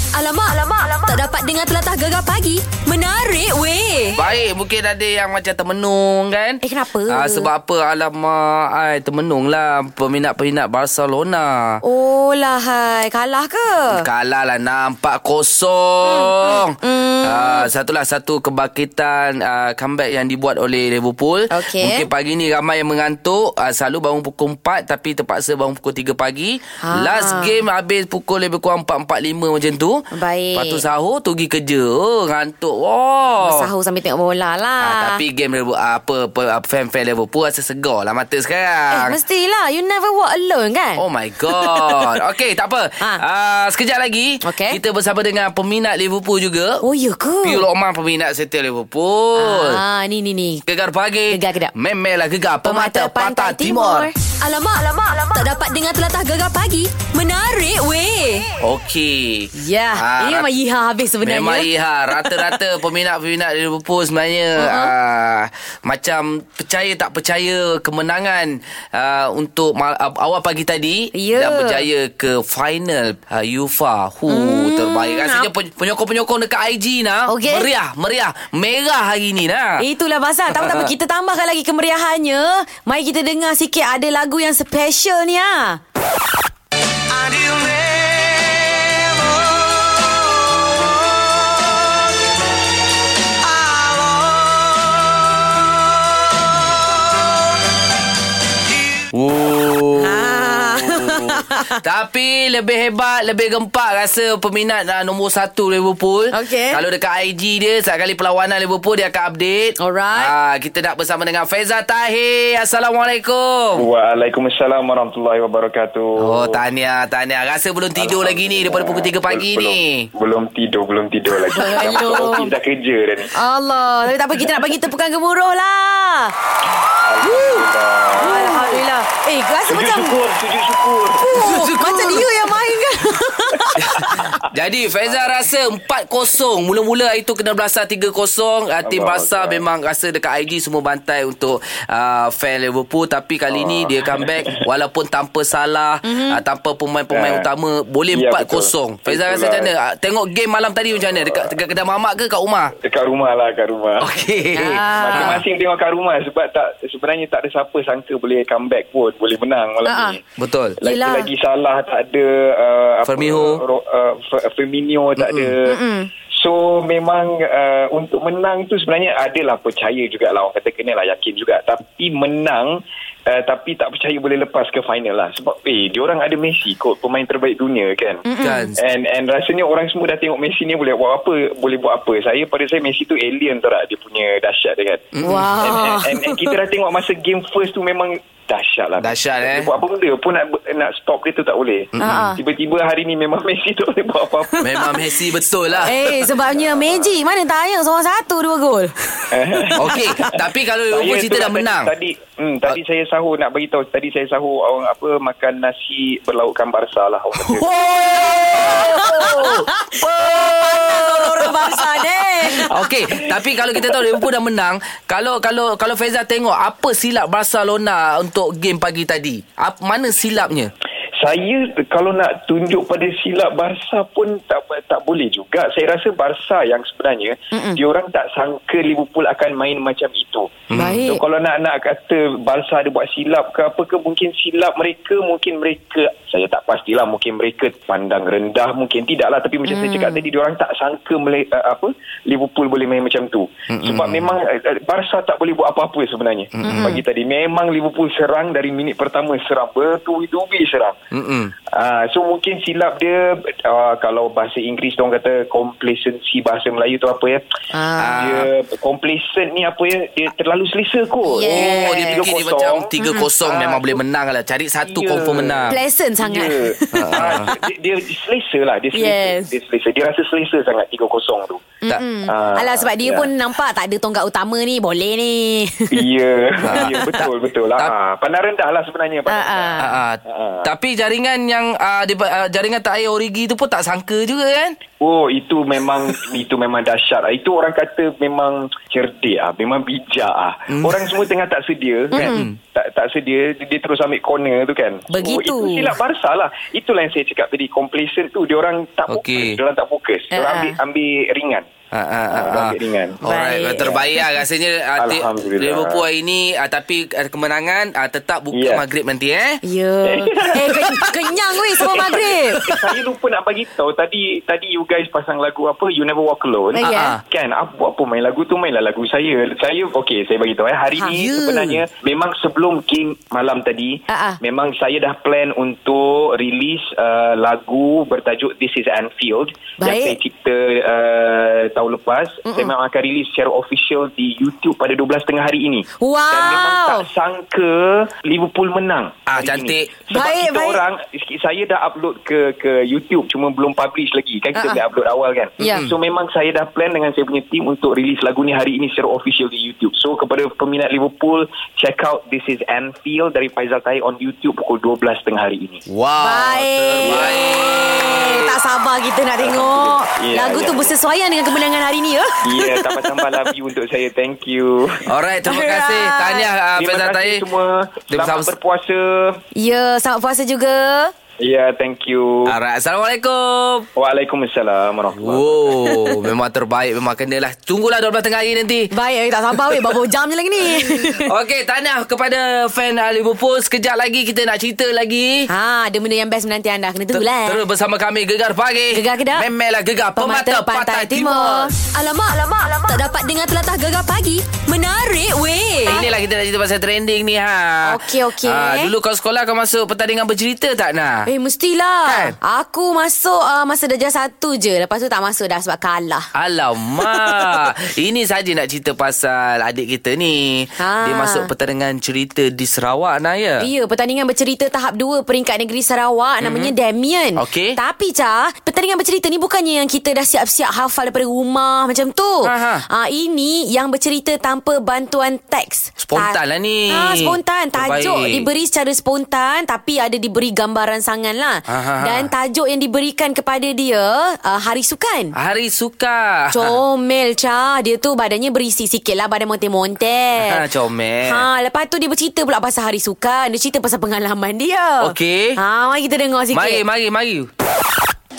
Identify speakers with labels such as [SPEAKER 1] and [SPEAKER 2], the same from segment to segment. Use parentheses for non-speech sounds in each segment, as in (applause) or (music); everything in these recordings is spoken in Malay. [SPEAKER 1] Alamak, alamak, alamak. Tak dapat dengar telatah gegar pagi. Menarik weh.
[SPEAKER 2] Baik, mungkin ada yang macam termenung kan?
[SPEAKER 1] Eh, kenapa?
[SPEAKER 2] Ah, sebab apa? Alamak, ai, termenung lah peminat-peminat Barcelona.
[SPEAKER 1] Oh lah hai. Kalah ke?
[SPEAKER 2] Kalah lah nampak kosong. Hmm. Hmm. Uh, satulah satu kebangkitan uh, comeback yang dibuat oleh Liverpool.
[SPEAKER 1] Okey.
[SPEAKER 2] Mungkin pagi ni ramai yang mengantuk. Uh, selalu bangun pukul 4 tapi terpaksa bangun pukul 3 pagi.
[SPEAKER 1] Ha.
[SPEAKER 2] Ha. Last game habis pukul lebih kurang 4.45 macam tu.
[SPEAKER 1] Baik.
[SPEAKER 2] Lepas tu sahur tu pergi kerja. Oh, ngantuk. Wow.
[SPEAKER 1] Sahur sambil tengok bola lah.
[SPEAKER 2] Oh. Ah, tapi game Liverpool, ah, apa, apa fan-fan Liverpool rasa segar lah mata
[SPEAKER 1] Eh,
[SPEAKER 2] sekarang.
[SPEAKER 1] mestilah. You never walk alone kan?
[SPEAKER 2] Oh my god.
[SPEAKER 1] (laughs)
[SPEAKER 2] Okey, tak apa.
[SPEAKER 1] Ha.
[SPEAKER 2] Ha. Uh, sekejap lagi
[SPEAKER 1] Okey.
[SPEAKER 2] kita bersama dengan peminat Liverpool juga.
[SPEAKER 1] Oh, ya ke?
[SPEAKER 2] Piu Lokman peminat setia Liverpool.
[SPEAKER 1] Ah, ni ni ni.
[SPEAKER 2] Gegar pagi.
[SPEAKER 1] Gegar kedap.
[SPEAKER 2] Memelah gegar pemata, pantai, timur.
[SPEAKER 1] Alamak, alamak, alamak. Tak dapat dengar telatah gegar pagi. Menarik weh.
[SPEAKER 2] Okey.
[SPEAKER 1] Ya,
[SPEAKER 2] Ah,
[SPEAKER 1] ini memang Iha habis sebenarnya.
[SPEAKER 2] Memang Iha Rata-rata peminat-peminat Liverpool sebenarnya uh-huh. uh, Macam percaya tak percaya Kemenangan uh, Untuk mal- uh, awal pagi tadi
[SPEAKER 1] Ya.
[SPEAKER 2] Dan berjaya ke final uh, UEFA Hu hmm, Terbaik Rasanya pen- penyokong-penyokong dekat IG nah
[SPEAKER 1] Okey.
[SPEAKER 2] Meriah Meriah Merah hari ni nah
[SPEAKER 1] Itulah pasal Tak apa, tak
[SPEAKER 2] (laughs)
[SPEAKER 1] apa Kita tambahkan lagi kemeriahannya Mari kita dengar sikit Ada lagu yang special ni ha.
[SPEAKER 2] Oh.
[SPEAKER 1] Ah.
[SPEAKER 2] (laughs) Tapi lebih hebat, lebih gempak rasa peminat uh, nombor satu Liverpool.
[SPEAKER 1] Okey.
[SPEAKER 2] Kalau dekat IG dia, setiap kali perlawanan Liverpool, dia akan update.
[SPEAKER 1] Alright.
[SPEAKER 2] Ah, kita nak bersama dengan Faiza Tahir. Assalamualaikum.
[SPEAKER 3] Waalaikumsalam warahmatullahi wabarakatuh.
[SPEAKER 2] Oh, tahniah, tahniah. Rasa belum tidur lagi ni daripada pukul 3 pagi
[SPEAKER 3] belum,
[SPEAKER 2] ni.
[SPEAKER 3] Belum tidur, belum tidur
[SPEAKER 2] (laughs)
[SPEAKER 3] lagi. dah masuk
[SPEAKER 1] Belum.
[SPEAKER 3] office, dah kerja dah ni.
[SPEAKER 1] Allah Tapi tak apa Kita nak bagi tepukan gemuruh lah Woo. Ah, Alhamdulillah Eh rasa
[SPEAKER 3] Sujud
[SPEAKER 1] macam
[SPEAKER 3] syukur, sujud syukur.
[SPEAKER 1] Oh,
[SPEAKER 2] Syukur.
[SPEAKER 1] Macam dia yang main kan
[SPEAKER 2] Jadi Faiza rasa 4-0 Mula-mula hari tu kena belasah 3-0 uh, Tim
[SPEAKER 3] Allah
[SPEAKER 2] Barca
[SPEAKER 3] Allah.
[SPEAKER 2] memang rasa dekat IG semua bantai untuk uh, fan Liverpool Tapi kali ni dia comeback Walaupun tanpa salah mm-hmm. uh, Tanpa pemain-pemain
[SPEAKER 3] Ya.
[SPEAKER 2] utama Boleh
[SPEAKER 3] Ya,
[SPEAKER 2] 4-0
[SPEAKER 3] betul.
[SPEAKER 2] Faiza rasa
[SPEAKER 3] Betul
[SPEAKER 2] macam
[SPEAKER 3] lah.
[SPEAKER 2] mana? Uh, tengok game malam tadi macam mana? Dekat, dekat kedai mamak ke kat rumah?
[SPEAKER 3] Dekat rumah lah, kat rumah.
[SPEAKER 2] Okey
[SPEAKER 1] Ah.
[SPEAKER 3] Masing-masing tengok kat rumah sebab tak sebenarnya tak ada siapa sangka boleh comeback pun, boleh menang malam
[SPEAKER 2] Ha,
[SPEAKER 1] Ah,
[SPEAKER 3] ni.
[SPEAKER 2] (laughs) Betul
[SPEAKER 1] Yelah.
[SPEAKER 3] Lagi-lagi salah tak ada uh,
[SPEAKER 2] Firmino.
[SPEAKER 3] Ro, uh, F- Firmino tak ada. So memang uh, untuk menang tu sebenarnya adalah percaya jugalah orang kata kenalah yakin juga tapi menang uh, tapi tak percaya boleh lepas ke final lah sebab eh diorang ada Messi kot pemain terbaik dunia kan.
[SPEAKER 2] Kan
[SPEAKER 3] And and rasanya orang semua dah tengok Messi ni boleh buat apa, boleh buat apa. Saya pada saya Messi tu alien tau tak dia punya dahsyat dia kan.
[SPEAKER 1] Wah.
[SPEAKER 3] And, and, and, and kita dah tengok masa game first tu memang dahsyat lah.
[SPEAKER 2] Dahsyat, eh.
[SPEAKER 3] Dia buat apa benda pun nak nak stop dia tu tak boleh.
[SPEAKER 2] Ha,
[SPEAKER 1] Ah.
[SPEAKER 3] Tiba-tiba hari ni memang (laughs) Messi tak boleh buat apa-apa.
[SPEAKER 2] (laughs) Memang Messi betul lah
[SPEAKER 1] (laughs) Eh sebabnya Magic Mana tayang seorang satu dua gol
[SPEAKER 2] Okey Tapi kalau Liverpool
[SPEAKER 3] Saya
[SPEAKER 2] cerita
[SPEAKER 3] tu
[SPEAKER 2] dah
[SPEAKER 3] tadi-
[SPEAKER 2] menang Ah.
[SPEAKER 3] Tadi hmm, tadi saya sahur nak bagi tahu tadi saya sahur orang apa makan nasi berlaukkan barsa
[SPEAKER 2] (laughs)
[SPEAKER 3] lah orang
[SPEAKER 2] Oh!
[SPEAKER 3] (laughs) kata.
[SPEAKER 2] Oh!
[SPEAKER 1] Orang bangsa deh
[SPEAKER 2] Okey, tapi kalau kita tahu Liverpool dah menang, kalau kalau kalau Faiza tengok apa silap Barcelona untuk game pagi tadi? Apa, mana silapnya?
[SPEAKER 3] Saya kalau nak tunjuk pada silap Barca pun tak tak boleh juga. Saya rasa Barca yang sebenarnya Mm-mm. diorang tak sangka Liverpool akan main macam itu.
[SPEAKER 1] Baik.
[SPEAKER 3] So kalau nak nak kata Barca ada buat silap ke apa ke mungkin silap mereka mungkin mereka saya tak pastilah mungkin mereka pandang rendah mungkin tidaklah tapi macam mm. saya cakap tadi diorang tak sangka mele, uh, apa Liverpool boleh main macam tu. Mm-mm. Sebab memang uh, uh, Barca tak boleh buat apa-apa sebenarnya. Mm-mm. Pagi tadi memang Liverpool serang dari minit pertama serang bertubi-tubi serang.
[SPEAKER 2] Mm-mm.
[SPEAKER 3] Uh, so mungkin silap dia uh, kalau bahasa Inggeris orang kata complacency bahasa Melayu tu apa ya?
[SPEAKER 1] Ah.
[SPEAKER 3] Dia complacent ni apa ya? Dia terlalu selesa kot.
[SPEAKER 1] Yes.
[SPEAKER 2] Oh, dia fikir dia
[SPEAKER 3] 3-0.
[SPEAKER 2] macam 3-0 memang
[SPEAKER 3] Ah,
[SPEAKER 2] boleh menang lah. Cari satu
[SPEAKER 3] Ya.
[SPEAKER 2] confirm menang.
[SPEAKER 1] Pleasant
[SPEAKER 3] Ya.
[SPEAKER 1] sangat
[SPEAKER 3] Ah, dia, dia selesa lah Dia selesa,
[SPEAKER 1] Yes.
[SPEAKER 3] dia selesa Dia rasa selesa sangat 3-0 tu
[SPEAKER 2] Tak.
[SPEAKER 3] Ah,
[SPEAKER 1] Hmm. Alah sebab dia
[SPEAKER 3] ya.
[SPEAKER 1] pun nampak tak ada tonggak utama ni Boleh ni
[SPEAKER 3] Ya yeah. yeah, Betul-betul lah
[SPEAKER 2] Tak-
[SPEAKER 3] Ah, Pandang rendah lah sebenarnya pandang
[SPEAKER 1] Ah, ah.
[SPEAKER 3] rendah.
[SPEAKER 2] Ah, ah.
[SPEAKER 3] Ah.
[SPEAKER 2] Tapi jaringan yang uh, di, uh, jaringan tak air origi tu pun tak sangka juga kan.
[SPEAKER 3] Oh itu memang (laughs) itu memang dahsyat lah. Itu orang kata memang cerdik ah, memang bijak ah.
[SPEAKER 1] Hmm.
[SPEAKER 3] Mm. Orang semua tengah tak sedia mm. kan. Tak tak sedia dia, dia terus ambil corner tu kan.
[SPEAKER 1] Begitu.
[SPEAKER 3] So, itu silap Barca lah. Itulah yang saya cakap tadi complacent tu dia orang tak
[SPEAKER 2] Okey.
[SPEAKER 3] fokus, dia orang tak fokus. Dia orang
[SPEAKER 1] Ah.
[SPEAKER 3] ambil ambil ringan.
[SPEAKER 2] Ha, ha, ha,
[SPEAKER 3] Dia orang ambil ringan.
[SPEAKER 2] Alright,
[SPEAKER 1] Baik.
[SPEAKER 2] terbaik lah rasanya ah, ti-
[SPEAKER 3] Alhamdulillah.
[SPEAKER 2] Liverpool hari ni ah, tapi ah, kemenangan ah, tetap buka
[SPEAKER 3] Ya.
[SPEAKER 2] maghrib nanti eh.
[SPEAKER 1] (laughs) Ya. Eh, ken- kenyang weh sebelum maghrib.
[SPEAKER 3] Eh, saya lupa nak bagi tahu tadi tadi you guys pasang lagu apa You Never Walk
[SPEAKER 1] Oh,
[SPEAKER 3] Alone.
[SPEAKER 2] ya?
[SPEAKER 3] Ah, ah. Kan apa apa main lagu tu mainlah lagu saya. Saya okey saya bagi tahu eh hari
[SPEAKER 1] Ha,
[SPEAKER 3] ni
[SPEAKER 1] ya.
[SPEAKER 3] sebenarnya memang sebelum game malam tadi
[SPEAKER 1] Ah, ah.
[SPEAKER 3] memang saya dah plan untuk release uh, lagu bertajuk This is Anfield yang
[SPEAKER 1] Baik.
[SPEAKER 3] saya cipta uh, tahun lepas. Mm-mm. Saya memang akan release secara official di YouTube pada 12 tengah hari ini. Dan memang tak
[SPEAKER 1] Wow.
[SPEAKER 3] sangka Liverpool menang.
[SPEAKER 2] Ah,
[SPEAKER 3] hari
[SPEAKER 2] cantik.
[SPEAKER 3] ini. Sebab
[SPEAKER 1] Baik,
[SPEAKER 3] baik,
[SPEAKER 1] baik.
[SPEAKER 3] kita baik. orang saya dah upload ke ke YouTube cuma belum publish lagi. Kan
[SPEAKER 1] Ah,
[SPEAKER 3] kita
[SPEAKER 1] ah.
[SPEAKER 3] uh-huh. upload awal kan.
[SPEAKER 1] Ya.
[SPEAKER 3] So memang saya dah plan dengan saya punya team untuk release lagu ni hari ini secara official di YouTube. So kepada peminat Liverpool check out This is Anfield dari Faizal Tahir on YouTube pukul 12 tengah hari ini.
[SPEAKER 2] Wow.
[SPEAKER 1] Baik. Tak sabar kita nak tengok.
[SPEAKER 3] Ya,
[SPEAKER 1] Lagu tu
[SPEAKER 3] ya.
[SPEAKER 1] bersesuaian dengan kemenangan hari ni ya. (laughs)
[SPEAKER 3] Ya, yeah, tambah-tambah love you untuk saya. Thank you.
[SPEAKER 2] Alright, terima
[SPEAKER 1] Alright.
[SPEAKER 2] kasih. Tahniah uh, Faizal
[SPEAKER 3] Terima
[SPEAKER 2] Tahir.
[SPEAKER 3] kasih semua.
[SPEAKER 2] Terima
[SPEAKER 3] Selamat
[SPEAKER 2] kasih.
[SPEAKER 3] berpuasa.
[SPEAKER 1] Ya, selamat puasa juga.
[SPEAKER 3] Ya, yeah, thank you.
[SPEAKER 2] Alright, Assalamualaikum.
[SPEAKER 3] Waalaikumsalam warahmatullahi (laughs)
[SPEAKER 2] Wow, memang terbaik. Memang kenalah. Tunggulah 12 tengah hari nanti.
[SPEAKER 1] Baik, eh, tak sabar weh. Berapa jam je lagi
[SPEAKER 2] (laughs)
[SPEAKER 1] ni?
[SPEAKER 2] Okey, tahniah kepada fan uh, Liverpool. Sekejap lagi kita nak cerita lagi.
[SPEAKER 1] ha, ada benda yang best menanti anda. Kena
[SPEAKER 2] Ter-
[SPEAKER 1] tunggulah. eh.
[SPEAKER 2] Terus bersama kami Gegar Pagi
[SPEAKER 1] Gegar Kedah.
[SPEAKER 2] Memelah Gegar Pemata, Pantai, Timur,
[SPEAKER 1] Alamak, alamak, alamak. Tak dapat dengar telatah gegar pagi. Menarik weh.
[SPEAKER 2] Eh, Inilah kita nak cerita pasal trending ni ha.
[SPEAKER 1] Okey, okey.
[SPEAKER 2] Ah, dulu kau sekolah kau masuk pertandingan bercerita tak nak?
[SPEAKER 1] Eh mestilah
[SPEAKER 2] Kan?
[SPEAKER 1] Aku masuk uh, Masa darjah satu je Lepas tu tak masuk dah Sebab kalah
[SPEAKER 2] Alamak (laughs) Ini saja nak cerita pasal Adik kita ni
[SPEAKER 1] Ha.
[SPEAKER 2] ha. Dia masuk pertandingan cerita Di Sarawak nak ya Mhm.
[SPEAKER 1] Ya, pertandingan bercerita tahap 2 peringkat negeri Sarawak mm-hmm. namanya Damien.
[SPEAKER 2] Okey.
[SPEAKER 1] Tapi Cah, pertandingan bercerita ni bukannya yang kita dah siap-siap hafal daripada rumah macam tu.
[SPEAKER 2] Aha.
[SPEAKER 1] Ah ini yang bercerita tanpa bantuan teks.
[SPEAKER 2] Spontan lah ni.
[SPEAKER 1] Ah, spontan. Tajuk
[SPEAKER 2] Terbaik.
[SPEAKER 1] diberi secara spontan tapi ada diberi gambaran sangan lah.
[SPEAKER 2] Aha.
[SPEAKER 1] Dan tajuk yang diberikan kepada dia uh, Hari Sukan.
[SPEAKER 2] Hari suka
[SPEAKER 1] Comel Cha Dia tu badannya berisi sikit lah Badan monte-monte
[SPEAKER 2] Ha, comel.
[SPEAKER 1] ha, Lepas tu dia bercerita pula Pasal hari sukan Dia cerita pasal pengalaman dia
[SPEAKER 2] Okey.
[SPEAKER 1] ha, Mari kita dengar sikit
[SPEAKER 2] Mari mari mari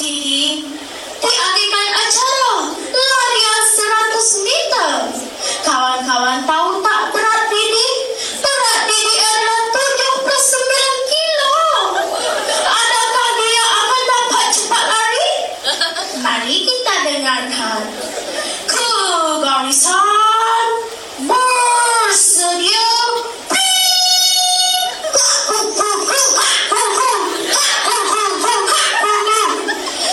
[SPEAKER 4] di diadakan acara larian 100 meter. Kawan-kawan tahu tak berat diri? Berat diri adalah 79 kilo. Adakah dia akan dapat cepat lari? Mari kita dengarkan. Kegarisan bersedia.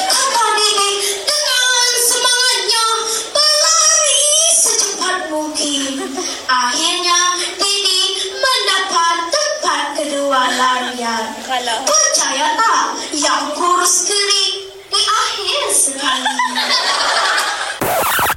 [SPEAKER 4] Kakak Nenek dengan semangatnya berlari secepat mungkin. Akhirnya, Nenek mendapat tempat kedua larian. Percaya tak yang kurus kering di akhir sekali.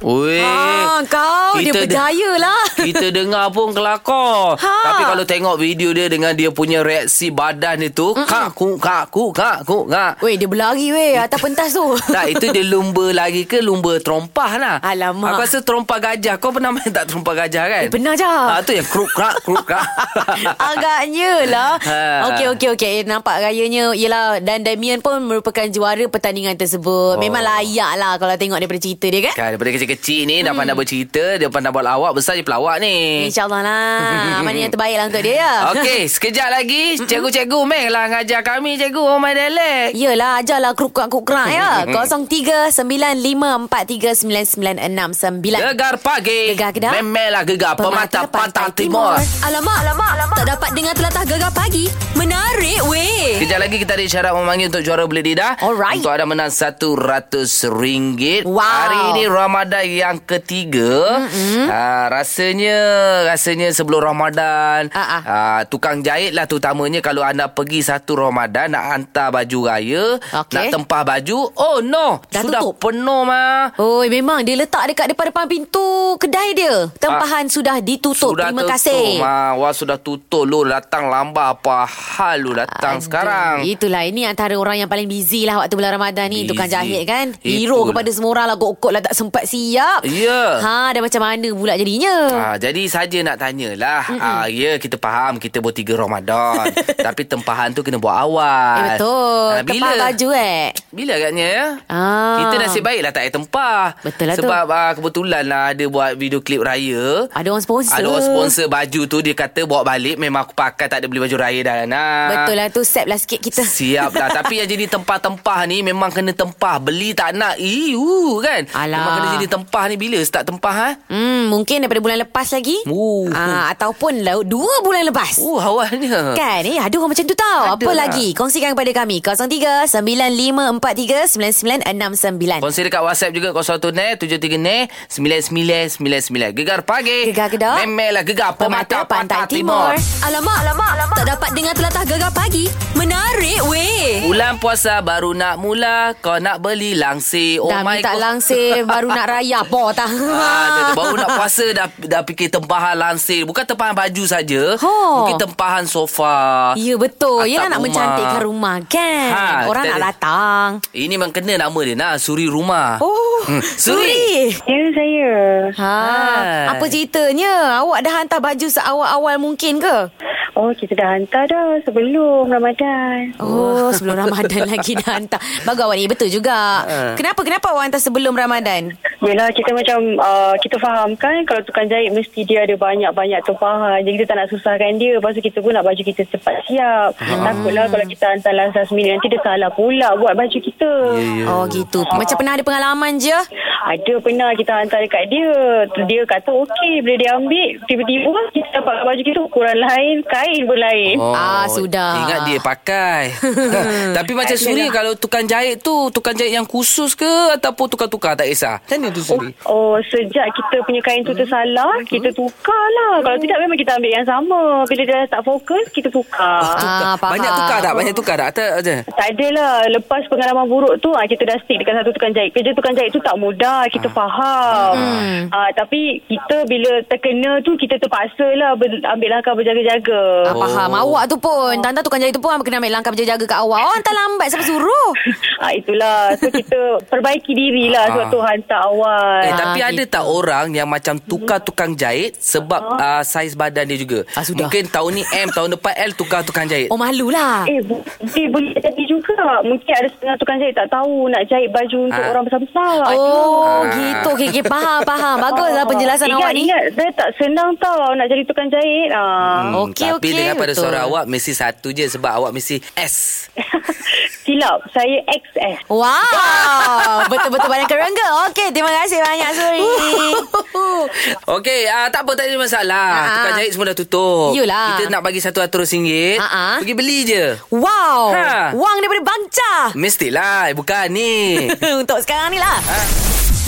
[SPEAKER 2] Ui
[SPEAKER 1] ha, Kau dia
[SPEAKER 2] Kita de-
[SPEAKER 1] berjaya lah
[SPEAKER 2] (laughs) Kita dengar pun kelakar
[SPEAKER 1] Ha.
[SPEAKER 2] Tapi kalau tengok video dia Dengan dia punya reaksi badan itu Kak ku kak ku kak ku kak
[SPEAKER 1] (laughs) Weh dia berlari weh Atas pentas tu
[SPEAKER 2] (laughs) tak, itu dia lumba lagi ke lumba terompah lah.
[SPEAKER 1] Alamak.
[SPEAKER 2] Aku rasa terompah gajah. Kau pernah main tak terompah gajah kan?
[SPEAKER 1] Eh, pernah, Jah.
[SPEAKER 2] Ah, tu yang kruk krak, kruk krak.
[SPEAKER 1] (laughs) Agaknya lah
[SPEAKER 2] (laughs) Ha.
[SPEAKER 1] Okey okey okey Eh, Nampak rayanya Yelah Dan Damien pun merupakan juara pertandingan tersebut Memang
[SPEAKER 2] Oh.
[SPEAKER 1] layak lah Kalau tengok daripada cerita dia kan
[SPEAKER 2] Kan, daripada kecil-kecil ni
[SPEAKER 1] Hmm.
[SPEAKER 2] dah pandai bercerita, dia pandai buat lawak, besar je pelawak ni.
[SPEAKER 1] InsyaAllah lah Mana yang terbaik lah untuk dia ya (laughs)
[SPEAKER 2] Kan. Okey, sekejap lagi cikgu-cikgu Meh lah ngajar kami cikgu Oh my dialect.
[SPEAKER 1] Yelah, ajarlah krukrak-krukrak
[SPEAKER 2] (laughs)
[SPEAKER 1] ya.
[SPEAKER 2] Hmm.
[SPEAKER 1] 0395439969.
[SPEAKER 2] Gegar pagi.
[SPEAKER 1] Gegar Kedah.
[SPEAKER 2] Memelah gegar pemata, pantai timur.
[SPEAKER 1] Alamak, alamak, alamak. Tak dapat dengar telatah gegar pagi. Menarik weh.
[SPEAKER 2] Kejap lagi kita ada syarat memanggil untuk juara beli lidah.
[SPEAKER 1] Alright.
[SPEAKER 2] Untuk anda menang RM100.
[SPEAKER 1] Wow.
[SPEAKER 2] Hari ini Ramadan dan yang ketiga mm-hmm. uh, rasanya rasanya sebelum Ramadan
[SPEAKER 1] Ah, ah.
[SPEAKER 2] uh, tukang jahit lah terutamanya kalau anda pergi satu Ramadan nak hantar baju raya
[SPEAKER 1] Okey.
[SPEAKER 2] nak tempah baju oh no
[SPEAKER 1] Dah
[SPEAKER 2] sudah
[SPEAKER 1] tutup.
[SPEAKER 2] penuh mah
[SPEAKER 1] Oi, memang dia letak dekat depan depan pintu kedai dia. Tempahan sudah ditutup.
[SPEAKER 2] Ah. Sudah
[SPEAKER 1] Terima
[SPEAKER 2] tutup.
[SPEAKER 1] kasih.
[SPEAKER 2] Ma, wah sudah tutup. Lu datang lambat apa hal lu datang
[SPEAKER 1] Aduh,
[SPEAKER 2] sekarang.
[SPEAKER 1] Itulah ini antara orang yang paling busy lah waktu bulan Ramadan ni
[SPEAKER 2] Busy.
[SPEAKER 1] tukang jahit kan. Hero
[SPEAKER 2] Itulah.
[SPEAKER 1] kepada semua orang lah gokok lah tak sempat siap.
[SPEAKER 2] Ya.
[SPEAKER 1] Ha dah macam mana pula jadinya?
[SPEAKER 2] Ah, jadi saja nak tanyalah. Ah, ya kita faham kita buat tiga Ramadan.
[SPEAKER 1] (laughs)
[SPEAKER 2] tapi tempahan tu kena buat
[SPEAKER 1] eh
[SPEAKER 2] awal.
[SPEAKER 1] betul.
[SPEAKER 2] Ah, bila?
[SPEAKER 1] Tepah baju eh.
[SPEAKER 2] Bila agaknya ya?
[SPEAKER 1] Ah.
[SPEAKER 2] Kita nasib baik lah tak payah tempah.
[SPEAKER 1] Betul lah tu.
[SPEAKER 2] Sebab ah, kebetulan lah ada buat video klip raya.
[SPEAKER 1] Ada orang sponsor.
[SPEAKER 2] Ada orang sponsor baju tu dia kata bawa balik memang aku pakai tak ada beli baju raya dah nah.
[SPEAKER 1] Betul lah tu Sep lah sikit kita
[SPEAKER 2] Siap dah
[SPEAKER 1] (laughs)
[SPEAKER 2] Tapi yang jadi tempah-tempah ni Memang kena tempah Beli tak nak Iu kan
[SPEAKER 1] Alah.
[SPEAKER 2] Memang kena jadi tempah ni Bila start tempah ha?
[SPEAKER 1] Hmm, mungkin daripada bulan lepas lagi.
[SPEAKER 2] Oh.
[SPEAKER 1] Ah, ataupun lau- dua bulan lepas.
[SPEAKER 2] Uh awalnya
[SPEAKER 1] Kan? Eh, ada orang macam tu tau.
[SPEAKER 2] Ada
[SPEAKER 1] Apa
[SPEAKER 2] lah.
[SPEAKER 1] lagi? Kongsikan kepada kami. 03-9543-9969.
[SPEAKER 2] Kongsi dekat WhatsApp juga 01 ne 73 ne 9999 Gegar pagi
[SPEAKER 1] Gegar Kedah.
[SPEAKER 2] Memelah gegar Pemata Pantai, Timur.
[SPEAKER 1] Alamak, alamak, alamak. Tak dapat dengar telatah gegar pagi. Menarik, weh.
[SPEAKER 2] Bulan puasa baru nak mula Kau nak beli langsir Oh
[SPEAKER 1] Dah
[SPEAKER 2] my
[SPEAKER 1] minta
[SPEAKER 2] God.
[SPEAKER 1] langsir baru nak raya. Bo, tak.
[SPEAKER 2] Ah, dia-
[SPEAKER 1] (laughs)
[SPEAKER 2] baru nak puasa dah dah fikir tempahan langsir. Bukan tempahan baju saja.
[SPEAKER 1] Ho.
[SPEAKER 2] Mungkin tempahan sofa.
[SPEAKER 1] Ya, betul.
[SPEAKER 2] Ah, Atap
[SPEAKER 1] Yelah nak
[SPEAKER 2] rumah.
[SPEAKER 1] mencantikkan rumah, kan?
[SPEAKER 2] Ha,
[SPEAKER 1] Orang
[SPEAKER 2] kita
[SPEAKER 1] nak
[SPEAKER 2] ada-
[SPEAKER 1] datang.
[SPEAKER 2] Ini memang kena nama dia nah, Suri Rumah.
[SPEAKER 1] Oh,
[SPEAKER 2] Hmm.
[SPEAKER 1] Suri.
[SPEAKER 5] Ya saya
[SPEAKER 1] Ha,
[SPEAKER 2] Hai.
[SPEAKER 1] apa ceritanya? Awak dah hantar baju seawal-awal mungkin ke?
[SPEAKER 5] Oh kita dah hantar dah Sebelum Ramadan
[SPEAKER 2] (laughs)
[SPEAKER 1] Oh, sebelum Ramadan lagi dah hantar. Bagus awak ni, betul juga.
[SPEAKER 2] Ha.
[SPEAKER 1] Kenapa kenapa awak hantar sebelum Ramadan?
[SPEAKER 5] Yelah kita macam uh, Kita faham kan Kalau tukang jahit Mesti dia ada banyak-banyak tempahan Jadi kita tak nak susahkan dia Lepas tu kita pun nak baju kita cepat siap Takutlah kalau kita hantar last last minute Nanti dia salah pula Buat baju kita
[SPEAKER 2] Ya.
[SPEAKER 1] Oh, gitu. Macam pernah ada pengalaman je.
[SPEAKER 5] Ada pernah kita hantar dekat dia Tu Dia kata okey Bila dia ambil Tiba-tiba kita dapat baju kita Ukuran lain Kain berlain
[SPEAKER 2] Oh,
[SPEAKER 1] Ah, sudah.
[SPEAKER 2] Ingat dia
[SPEAKER 1] (laughs)
[SPEAKER 2] pakai. Tapi macam Suri kalau tukang jahit tu, tukang jahit yang khusus ke ataupun tukar-tukar tak kisah. Macam mana tu Suri?
[SPEAKER 5] Oh, sejak kita punya kain tu tersalah,
[SPEAKER 2] Mhm.
[SPEAKER 5] kita tukar lah. Kalau tidak memang kita ambil yang sama. Bila dia tak fokus, kita
[SPEAKER 2] (laughs)
[SPEAKER 5] tukar.
[SPEAKER 1] Ah, faham.
[SPEAKER 2] banyak tukar tak? Banyak tukar tak? Tak ada.
[SPEAKER 5] Tak adalah. Lepas pengalaman buruk tu, ah, kita dah stick dekat satu tukang jahit. Kerja tukang jahit tu tak mudah. Kita faham.
[SPEAKER 2] Hmm.
[SPEAKER 5] Ah, tapi kita bila terkena tu, kita terpaksa lah ber, ambil langkah berjaga-jaga.
[SPEAKER 1] Ah,
[SPEAKER 2] Oh.
[SPEAKER 1] faham. Awak tu pun, tanda tukang jahit tu pun kena ambil langkah berjaga kat awak. Awak hantar lambat siapa suruh?
[SPEAKER 5] (laughs) Ah, itulah. So, kita perbaiki diri lah sebab
[SPEAKER 2] Ah.
[SPEAKER 5] tu hantar awal.
[SPEAKER 2] Eh, tapi
[SPEAKER 1] Ah,
[SPEAKER 2] ada
[SPEAKER 1] gitu. Oh.
[SPEAKER 2] tak orang yang macam tukar tukang jahit sebab uh, saiz badan dia juga?
[SPEAKER 1] Ah, sudah.
[SPEAKER 2] Mungkin tahun ni M, tahun depan L tukar tukang jahit.
[SPEAKER 1] Oh, malulah.
[SPEAKER 5] Eh, bu- eh, boleh jadi juga. Mungkin ada setengah tukang jahit tak tahu nak jahit baju untuk
[SPEAKER 2] Ah.
[SPEAKER 5] orang besar-besar.
[SPEAKER 1] Oh,
[SPEAKER 2] Ah.
[SPEAKER 1] gitu. Okey, okay. faham, faham. Baguslah lah penjelasan
[SPEAKER 5] eh, (laughs) ingat,
[SPEAKER 1] awak ni.
[SPEAKER 5] Ingat, saya tak senang tau nak jadi tukang jahit. Ah.
[SPEAKER 2] Hmm,
[SPEAKER 6] Oh. (laughs)
[SPEAKER 1] Okey,
[SPEAKER 2] Tapi
[SPEAKER 1] okey,
[SPEAKER 2] dengar pada
[SPEAKER 1] betul.
[SPEAKER 2] suara awak mesti satu je sebab awak mesti S.
[SPEAKER 5] Silap, saya XS.
[SPEAKER 1] Wow, (laughs) betul-betul badan kerangga. Okey, terima kasih banyak Suri.
[SPEAKER 2] Okey, uh, tak apa tak ada masalah.
[SPEAKER 1] Ah, ah.
[SPEAKER 2] Tukang jahit semua dah tutup.
[SPEAKER 1] Yulah.
[SPEAKER 2] Kita nak bagi satu ratus ringgit.
[SPEAKER 1] Ah, ah.
[SPEAKER 2] Pergi beli je.
[SPEAKER 1] Wow,
[SPEAKER 2] Ha.
[SPEAKER 1] wang daripada Bangca.
[SPEAKER 2] (laughs) Mestilah, eh, bukan ni.
[SPEAKER 1] Untuk sekarang ni lah.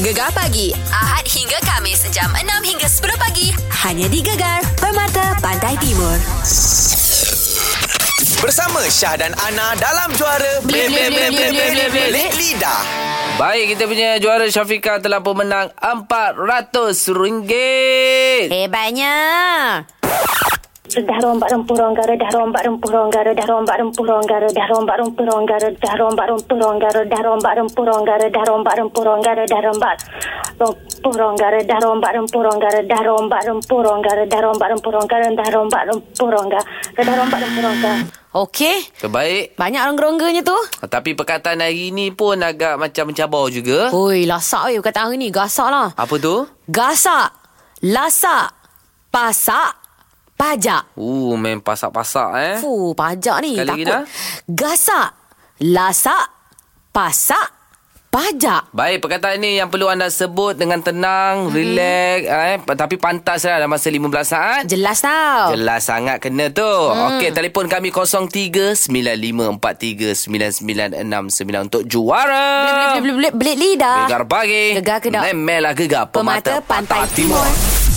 [SPEAKER 1] Gegar pagi Ahad hingga Kamis jam 6 hingga 10 pagi hanya di Gegar Permata Pantai Timur.
[SPEAKER 7] Bersama Syah dan Ana dalam juara
[SPEAKER 1] Belit, belit, belit, belit, belit, belit.
[SPEAKER 7] Belit Lidah.
[SPEAKER 2] (laughs) Baik, kita punya juara Syafiqah telah pemenang RM400.
[SPEAKER 1] Hebatnya.
[SPEAKER 8] Dah rombak rempuh ronggara, dah rombak rempuh ronggara, dah rombak rempuh ronggara, dah rombak rempuh ronggara, dah rombak rempuh ronggara, dah rombak rempuh ronggara, dah rombak rempuh ronggara, dah rombak rempuh ronggara, dah rombak rempuh ronggara, dah rombak rempuh ronggara, dah rombak rempuh ronggara, dah rombak rempuh ronggara, dah rombak rempuh ronggara.
[SPEAKER 1] Okey.
[SPEAKER 2] Terbaik.
[SPEAKER 1] Banyak orang gerongganya tu.
[SPEAKER 2] Tapi perkataan hari ni pun agak macam mencabar juga.
[SPEAKER 1] Oi, lasak weh kata hari ni. Gasak lah.
[SPEAKER 2] Apa tu?
[SPEAKER 1] Gasak. Lasak. Pasak. Pajak.
[SPEAKER 2] Uh, main pasak-pasak eh.
[SPEAKER 1] Fuh, pajak ni
[SPEAKER 2] Sekali lagi
[SPEAKER 1] takut.
[SPEAKER 2] dah.
[SPEAKER 1] Gasak. Lasak. Pasak. Pajak.
[SPEAKER 2] Baik, perkataan ini yang perlu anda sebut dengan tenang, mm-hmm. relax, eh, pa- tapi pantas lah dalam masa 15 saat.
[SPEAKER 1] Jelas tau.
[SPEAKER 2] Jelas sangat kena tu. Hmm. Okey, telefon kami 0395439969 untuk juara.
[SPEAKER 1] Belit-belit belit lidah.
[SPEAKER 2] Gegar pagi.
[SPEAKER 1] Gegar kedok.
[SPEAKER 2] Memelah gegar
[SPEAKER 1] Pemata
[SPEAKER 2] pemata,
[SPEAKER 1] Pantai Timur.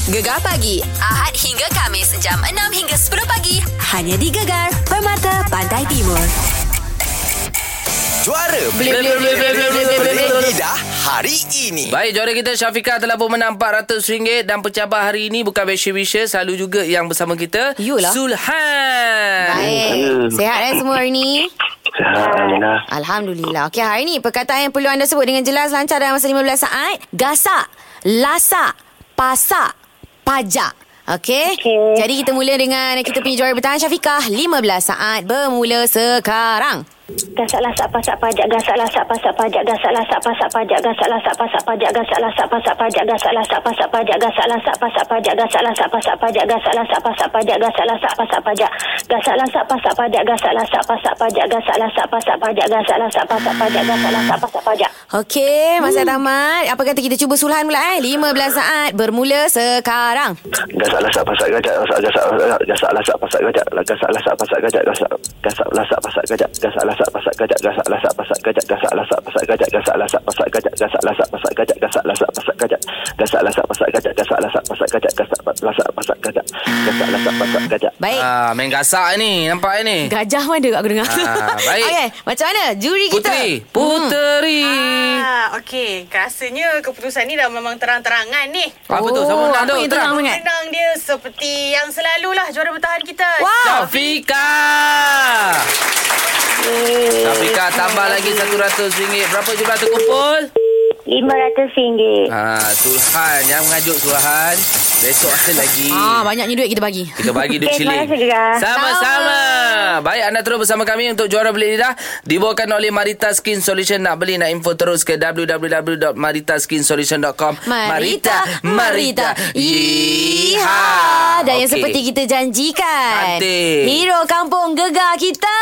[SPEAKER 9] Gegar pagi Ahad hingga Kamis jam 6 hingga 10 pagi hanya di Gegar Permata Pantai Timur.
[SPEAKER 7] Juara Belit Lidah hari ini.
[SPEAKER 2] Baik, juara kita Syafiqah telah pun menang RM400 dan pencabar hari ini bukan Besha-Besha, selalu juga yang bersama kita
[SPEAKER 1] Yulah.
[SPEAKER 2] Sulhan.
[SPEAKER 1] Baik. Sehat eh semua hari ni? Alhamdulillah. Okey, hari ni perkataan yang perlu anda sebut dengan jelas, lancar dalam masa 15 saat. Gasak, lasak, pasak, pajak. Okey.
[SPEAKER 6] Okey.
[SPEAKER 1] Jadi kita mula dengan kita punya juara bertahan Syafiqah 15 saat bermula sekarang.
[SPEAKER 6] Gasak lasak pasak pajak gasak lah. lasak pasak pajak gasak lasak pasak pajak gasak lasak pasak pajak gasak lasak pasak pajak gasak lasak pasak pajak gasak lasak pasak pajak gasak lasak pasak pajak gasak lasak pasak pajak gasak lasak pasak pajak gasak lasak pasak pajak gasak lasak pasak pajak gasak lasak pasak pajak gasak lasak pasak pajak gasak lasak pasak pajak
[SPEAKER 1] Okey, masa hmm. tamat. Apa kata kita cuba sulahan pula eh? 15 saat bermula sekarang.
[SPEAKER 3] Gasak lasak pasak gajak Gasak gasak Gasak lasak pasak gajak Gasak lasak pasak gajak Gasak gasak lasak pasak gajak Gasak lasak pasak gajak Gasak lasak pasak gajak Gasak lasak pasak gajak Gasak lasak pasak gajak Gasak lasak pasak gajak Gasak lasak pasak gajak Gasak lasak pasak gajak Gasak lasak pasak gajak Gasak lasak pasak gajak Gasak lasak pasak gajak
[SPEAKER 1] Baik.
[SPEAKER 2] Ah, main gasak ni, nampak ni.
[SPEAKER 1] Gajah mana aku dengar?
[SPEAKER 2] Ah, baik.
[SPEAKER 1] (laughs) Okey, macam mana? Juri kita. Hmm.
[SPEAKER 2] Puteri, Puteri.
[SPEAKER 5] Ah, okey. Rasanya keputusan ni dah memang terang-terangan ni.
[SPEAKER 2] Apa tu?
[SPEAKER 1] Oh,
[SPEAKER 2] Sama menang
[SPEAKER 1] apa
[SPEAKER 2] tu.
[SPEAKER 1] yang
[SPEAKER 2] Terang.
[SPEAKER 1] terang sangat?
[SPEAKER 5] Menang dia seperti yang selalulah juara bertahan kita.
[SPEAKER 1] Wow.
[SPEAKER 2] Syafiqa. Syafiqa tambah lagi RM100. Berapa jumlah terkumpul?
[SPEAKER 6] RM500
[SPEAKER 2] Ah, Sulhan yang mengajuk Sulhan. Besok ada lagi.
[SPEAKER 1] Ah, banyaknya duit kita bagi.
[SPEAKER 2] Kita bagi duit
[SPEAKER 6] Okey, terima
[SPEAKER 2] siling.
[SPEAKER 6] kasih, Gegar.
[SPEAKER 2] Sama-sama. Baik, anda terus bersama kami untuk Juara Belit Lidah. Dibawakan oleh Marita Skin Solution. Nak beli, nak info terus ke www.maritaskinsolution.com.
[SPEAKER 1] Marita, Marita. Iha.
[SPEAKER 2] Yeeha.
[SPEAKER 1] Dan yang
[SPEAKER 2] Okey.
[SPEAKER 1] seperti kita janjikan.
[SPEAKER 2] Cantik.
[SPEAKER 1] Hero kampung gegar kita.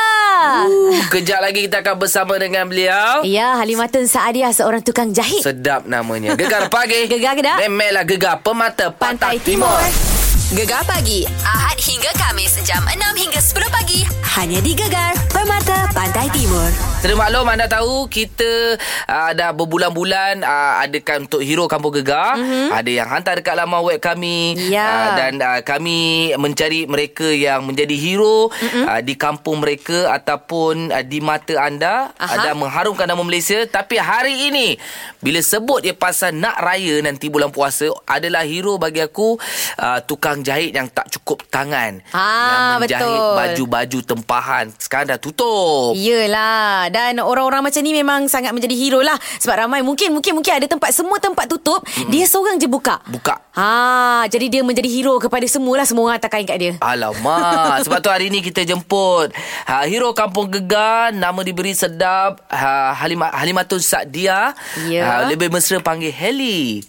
[SPEAKER 2] Uh, Kejap lagi kita akan bersama dengan beliau.
[SPEAKER 1] Ya, Halimatun Saadiah seorang tukang jahit.
[SPEAKER 2] Sedap namanya. Gegar pagi.
[SPEAKER 1] Gegar ke tak?
[SPEAKER 2] Memelah gegar pemata
[SPEAKER 1] Pantai
[SPEAKER 2] pantai, timur.
[SPEAKER 1] Timur.
[SPEAKER 9] Gegar pagi Ahad hingga Kamis jam 6 hingga 10 pagi hanya di Gegar Permata Pantai Timur.
[SPEAKER 2] Secara maklum anda tahu kita uh, dah berbulan-bulan uh, adakan untuk hero kampung gegar. Mm-hmm. Ada yang hantar dekat laman web kami
[SPEAKER 1] Mhm. Ya.
[SPEAKER 2] dan uh, kami mencari mereka yang menjadi hero
[SPEAKER 1] Mhm.
[SPEAKER 2] mm-hmm. uh, di kampung mereka ataupun uh, di mata anda
[SPEAKER 1] Aha.
[SPEAKER 2] uh, dan mengharumkan nama Malaysia. Tapi hari ini bila sebut dia pasal nak raya nanti bulan puasa adalah hero bagi aku uh, tukang jahit yang tak cukup tangan.
[SPEAKER 1] Ah,
[SPEAKER 2] yang menjahit
[SPEAKER 1] betul. Ya.
[SPEAKER 2] baju-baju tempahan. Sekarang dah tutup.
[SPEAKER 1] Yelah Dan orang-orang macam ni Memang sangat menjadi hero lah Sebab ramai Mungkin mungkin mungkin ada tempat Semua tempat tutup mm. Dia seorang je buka
[SPEAKER 2] Buka.
[SPEAKER 1] ha, Jadi dia menjadi hero Kepada semualah Semua orang hantar kain kat dia
[SPEAKER 2] Alamak Sebab tu hari ni kita jemput ha, Hero Kampung Gegar Nama diberi sedap ha, Halima, Halimatun Sadia Ha,
[SPEAKER 1] Ya.
[SPEAKER 2] Lebih mesra panggil Heli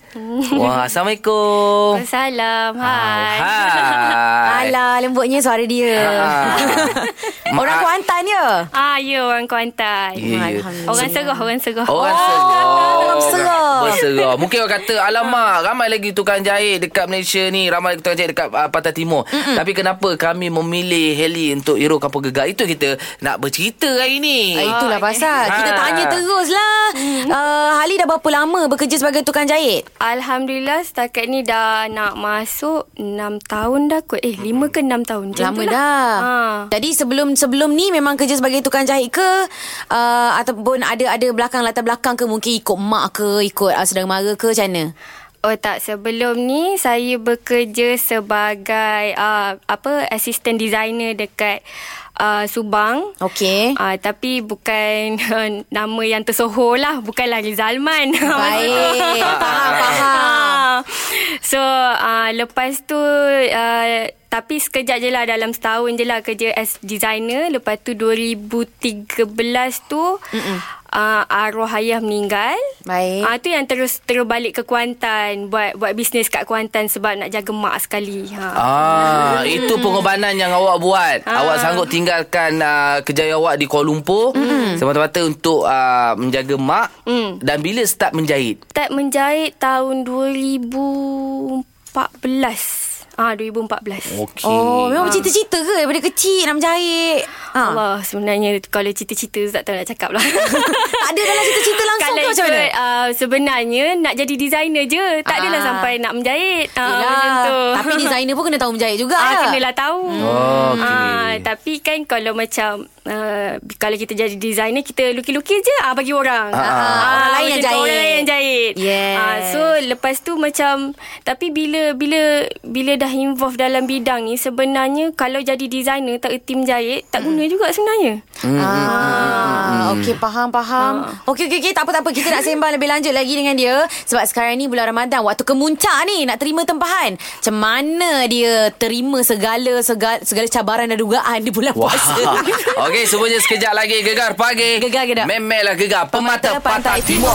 [SPEAKER 1] (laughs)
[SPEAKER 2] Wah Assalamualaikum
[SPEAKER 6] Salam
[SPEAKER 2] Oh, Ah, Hai
[SPEAKER 1] Alah lembutnya suara dia
[SPEAKER 2] Ah.
[SPEAKER 1] (laughs) Orang
[SPEAKER 2] Ma-
[SPEAKER 1] Kuantan ya
[SPEAKER 6] Ah, ya orang Kuantan.
[SPEAKER 2] Ya, ya.
[SPEAKER 1] Alhamdulillah.
[SPEAKER 6] Orang Serah, orang Serah.
[SPEAKER 2] Orang
[SPEAKER 1] Oh, dalam serah.
[SPEAKER 2] Orang serah. Mungkin orang kata, alamak, ramai lagi tukang jahit dekat Malaysia ni. Ramai lagi tukang jahit dekat uh, Pantai Timur. Mm-mm. Tapi kenapa kami memilih Heli untuk hero kampung gegar? Itu kita nak bercerita hari ni.
[SPEAKER 1] Ah, Itulah pasal Kita
[SPEAKER 2] Ah.
[SPEAKER 1] tanya terus lah uh, Hali dah berapa lama Bekerja sebagai tukang jahit
[SPEAKER 6] Alhamdulillah setakat ni dah nak masuk 6 tahun dah kot. Eh, 5 ke 6 tahun. Macam
[SPEAKER 1] Lama
[SPEAKER 6] tu lah.
[SPEAKER 1] dah
[SPEAKER 6] Ha.
[SPEAKER 1] Jadi sebelum sebelum ni Memang kerja sebagai tukang jahit ke uh, Ataupun ada ada belakang Latar belakang ke Mungkin ikut mak ke Ikut uh, saudara mara ke Macam mana
[SPEAKER 6] Oh tak, sebelum ni saya bekerja sebagai uh, apa assistant designer dekat uh, Subang.
[SPEAKER 1] Okey
[SPEAKER 2] Ah,
[SPEAKER 6] Uh, tapi bukan uh, nama yang tersohor lah. Bukanlah Rizalman. (laughs)
[SPEAKER 1] Baik Faham faham
[SPEAKER 6] Ah. So uh, lepas tu uh, tapi sekejap je lah dalam setahun je lah kerja as designer. Lepas tu 2013 tu Mm-mm. uh, arwah ayah meninggal.
[SPEAKER 1] Baik.
[SPEAKER 6] Ah uh, tu yang terus terus balik ke Kuantan buat buat bisnes kat Kuantan sebab nak jaga mak sekali. Ha.
[SPEAKER 2] Ah, itu pengorbanan yang awak buat.
[SPEAKER 6] Ah.
[SPEAKER 2] Awak sanggup tinggalkan uh, kerjaya awak di Kuala Lumpur mm. semata-mata untuk uh, menjaga mak. Mm. Dan bila start menjahit?
[SPEAKER 6] Start menjahit tahun 2014. Ah 2014.
[SPEAKER 2] Okey. Ah.
[SPEAKER 1] Oh, memang cita-cita ke daripada kecil nak menjahit? Ha.
[SPEAKER 6] Allah sebenarnya kalau cita-cita Ustaz tak tahu nak cakap lah
[SPEAKER 1] (laughs) Tak ada dalam cita-cita langsung
[SPEAKER 6] Kalau
[SPEAKER 1] ke macam mana?
[SPEAKER 6] ikut, uh, Sebenarnya nak jadi designer je Tak adalah
[SPEAKER 1] Ah.
[SPEAKER 6] sampai nak menjahit uh, Macam
[SPEAKER 1] Yelah,
[SPEAKER 6] tu
[SPEAKER 1] tapi
[SPEAKER 6] (laughs)
[SPEAKER 1] designer pun kena tahu menjahit juga.
[SPEAKER 6] Ah,
[SPEAKER 1] ya?
[SPEAKER 6] kenalah tahu.
[SPEAKER 2] Oh, okey.
[SPEAKER 6] Ah, tapi kan kalau macam uh, kalau kita jadi designer kita lukis-lukis je ah bagi orang.
[SPEAKER 2] Ah, ah.
[SPEAKER 1] Orang lain yang
[SPEAKER 6] macam tu, Orang
[SPEAKER 1] jahit.
[SPEAKER 6] lain yang jahit.
[SPEAKER 1] Yes.
[SPEAKER 6] Ah, so lepas tu macam tapi bila bila bila dah involve dalam bidang ni sebenarnya kalau jadi designer tak tim jahit tak
[SPEAKER 1] Hmm.
[SPEAKER 6] guna juga sebenarnya.
[SPEAKER 2] Hmm,
[SPEAKER 1] Ah, okey faham faham.
[SPEAKER 6] Ah.
[SPEAKER 1] Okey okey okey tak apa tak apa kita nak sembang lebih lanjut lagi dengan dia sebab sekarang ni bulan Ramadan waktu kemuncak ni nak terima tempahan. Macam mana dia terima segala segala, segala cabaran dan dugaan di bulan (laughs)
[SPEAKER 2] (laughs) Wah.
[SPEAKER 1] puasa?
[SPEAKER 2] (laughs) Okey, semuanya sekejap lagi gegar pagi.
[SPEAKER 1] Gegar ke tak?
[SPEAKER 2] Memelah gegar pemata, pantai, timur.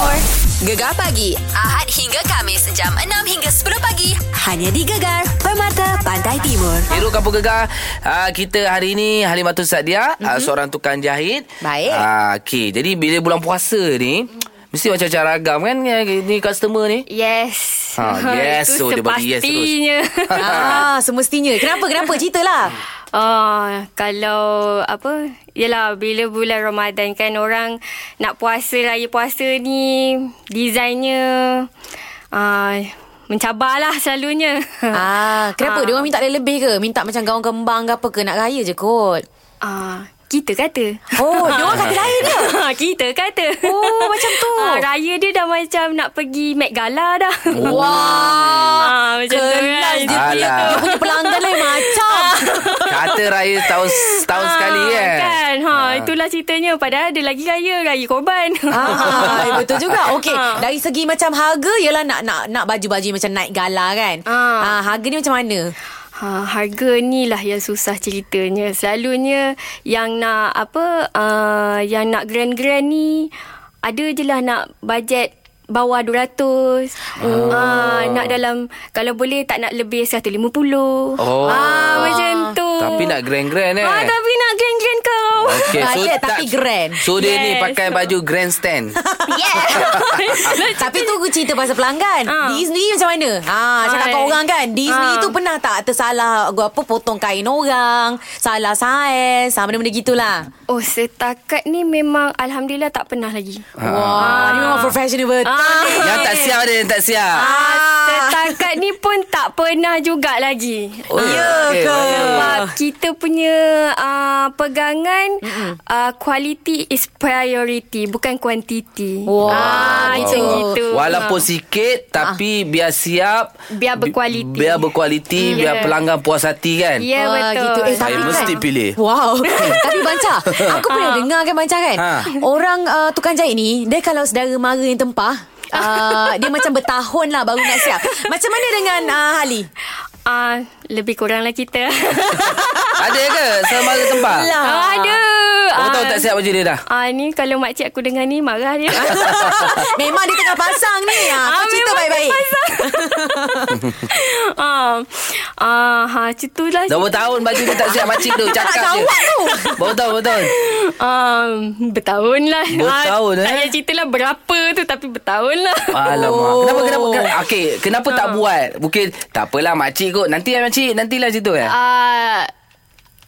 [SPEAKER 10] Gegar pagi Ahad hingga Kamis jam 6 hingga 10 pagi hanya di Gegar Permata Pantai
[SPEAKER 2] (laughs)
[SPEAKER 10] Timur.
[SPEAKER 2] Hero Kampung Gegar uh, Kita hari ini Halimatul Sadia mm-hmm. uh, Seorang tukang jahit
[SPEAKER 1] Baik.
[SPEAKER 2] uh, Okay Jadi bila bulan puasa ni Mesti macam-macam ragam kan eh, Ni customer ni
[SPEAKER 6] Yes.
[SPEAKER 1] (laughs)
[SPEAKER 2] Ah, yes.
[SPEAKER 6] Itu
[SPEAKER 2] So, dia bagi yes terus.
[SPEAKER 6] sepastinya.
[SPEAKER 2] (laughs)
[SPEAKER 1] ah, semestinya. Kenapa kenapa ceritalah.
[SPEAKER 6] Ah, kalau apa? Yalah bila bulan Ramadan kan orang nak puasa raya puasa ni desainnya ah mencabarlah selalunya.
[SPEAKER 1] Ah, kenapa?
[SPEAKER 6] Ah.
[SPEAKER 1] Dia orang minta dia lebih ke? Minta macam gaun kembang ke apa ke nak raya je kot.
[SPEAKER 6] Ah, kita kata. Ah,
[SPEAKER 1] Oh, dia orang kata lain dia.
[SPEAKER 6] kita kata.
[SPEAKER 1] Oh, macam tu.
[SPEAKER 6] Ah, raya dia dah macam nak pergi Met Gala dah.
[SPEAKER 1] Wah,
[SPEAKER 6] (laughs) Ah, (laughs) macam tu kan.
[SPEAKER 1] kelas dia punya,
[SPEAKER 2] Alah.
[SPEAKER 1] dia punya pelanggan lain
[SPEAKER 6] (laughs)
[SPEAKER 1] macam.
[SPEAKER 2] Kata raya tahun setahun
[SPEAKER 6] Ah,
[SPEAKER 2] sekali kan
[SPEAKER 6] Kan. Ha, itulah ceritanya. Padahal ada lagi raya, raya korban.
[SPEAKER 2] eh,
[SPEAKER 1] Ah, betul
[SPEAKER 6] (laughs)
[SPEAKER 1] juga. Okey,
[SPEAKER 6] Ah.
[SPEAKER 1] dari segi macam harga ialah nak nak nak baju-baju macam naik gala kan. Ah,
[SPEAKER 6] Ah.
[SPEAKER 1] harga ni macam mana?
[SPEAKER 6] Ha, harga ni lah yang susah ceritanya. Selalunya yang nak apa, uh, yang nak grand-grand ni ada je lah nak bajet bawah 200. Oh. Ah, nak dalam kalau boleh tak nak lebih 150.
[SPEAKER 2] Oh.
[SPEAKER 6] Ah, macam tu.
[SPEAKER 2] Tapi nak grand-grand eh Oh.
[SPEAKER 6] Ah, tapi nak grand-grand kau. (laughs)
[SPEAKER 2] Okay, so
[SPEAKER 1] Bajet tapi grand.
[SPEAKER 2] So dia ni
[SPEAKER 6] Yes.
[SPEAKER 2] pakai baju grandstand (laughs)
[SPEAKER 6] Yeah.
[SPEAKER 1] (laughs) Tapi tu aku cerita pasal pelanggan.
[SPEAKER 6] Lah, Ah.
[SPEAKER 1] Di sendiri macam mana? Ha, cakap
[SPEAKER 6] Hai.
[SPEAKER 1] kat orang kan. Di sendiri
[SPEAKER 6] Ah.
[SPEAKER 1] tu pernah tak tersalah gua apa potong kain orang, salah saiz, sama benda-benda gitulah.
[SPEAKER 6] Oh, setakat ni memang Alhamdulillah tak pernah lagi.
[SPEAKER 1] Ah. Wah, ni memang professional betul.
[SPEAKER 6] Ah.
[SPEAKER 2] Yang tak siap dia Yang tak siap
[SPEAKER 6] Setakat ni pun tak pernah juga lagi.
[SPEAKER 2] Oh, ya
[SPEAKER 1] ke?
[SPEAKER 6] Sebab kita punya uh, pegangan uh, quality is priority bukan quantity.
[SPEAKER 1] Wah,
[SPEAKER 6] Ah, macam
[SPEAKER 1] betul.
[SPEAKER 6] gitu.
[SPEAKER 2] Walaupun
[SPEAKER 6] Ah.
[SPEAKER 2] sikit Tapi biar siap
[SPEAKER 6] Biar berkualiti.
[SPEAKER 2] Biar berkualiti
[SPEAKER 6] Hmm.
[SPEAKER 2] Biar
[SPEAKER 6] Yeah.
[SPEAKER 2] pelanggan puas hati kan
[SPEAKER 6] Ya yeah,
[SPEAKER 1] Wah,
[SPEAKER 6] betul.
[SPEAKER 1] gitu. Eh,
[SPEAKER 2] Saya
[SPEAKER 1] Tapi kan-
[SPEAKER 2] mesti pilih
[SPEAKER 1] Wow (laughs) Tapi Banca Aku pernah dengar kan Banca kan
[SPEAKER 2] Ha.
[SPEAKER 1] Orang uh, tukang jahit ni Dia kalau sedara mara yang tempah uh, Dia macam bertahun lah Baru nak siap Macam mana dengan uh, Hali?
[SPEAKER 6] Ah, lebih kurang lah (laughs) kita.
[SPEAKER 2] Ada ke Semara tempat
[SPEAKER 1] Lah.
[SPEAKER 6] ah, ada.
[SPEAKER 2] Kamu tahu
[SPEAKER 6] Ah.
[SPEAKER 2] tak siap baju dia dah
[SPEAKER 6] Ah ni kalau makcik aku dengar ni marah dia.
[SPEAKER 1] Ah, Memang dia tengah pasang ni ah, Kau cerita
[SPEAKER 6] memang
[SPEAKER 1] baik-baik
[SPEAKER 6] terpaksa. ah, ah, ha, macam tu lah.
[SPEAKER 2] Dah bertahun baju dia tak siap Makcik tu cakap je
[SPEAKER 1] Awak tu
[SPEAKER 2] Baru tahun Baru tahun
[SPEAKER 6] Um, bertahun lah.
[SPEAKER 2] Bertahun,
[SPEAKER 6] ah, Tak
[SPEAKER 2] eh?
[SPEAKER 6] payah cerita lah berapa tu tapi bertahun lah.
[SPEAKER 2] Alamak Kenapa kenapa, kenapa Okey Kenapa tak
[SPEAKER 6] Ha.
[SPEAKER 2] buat Mungkin Tak apalah makcik kot Nanti lah makcik Nantilah situ kan
[SPEAKER 6] Ah,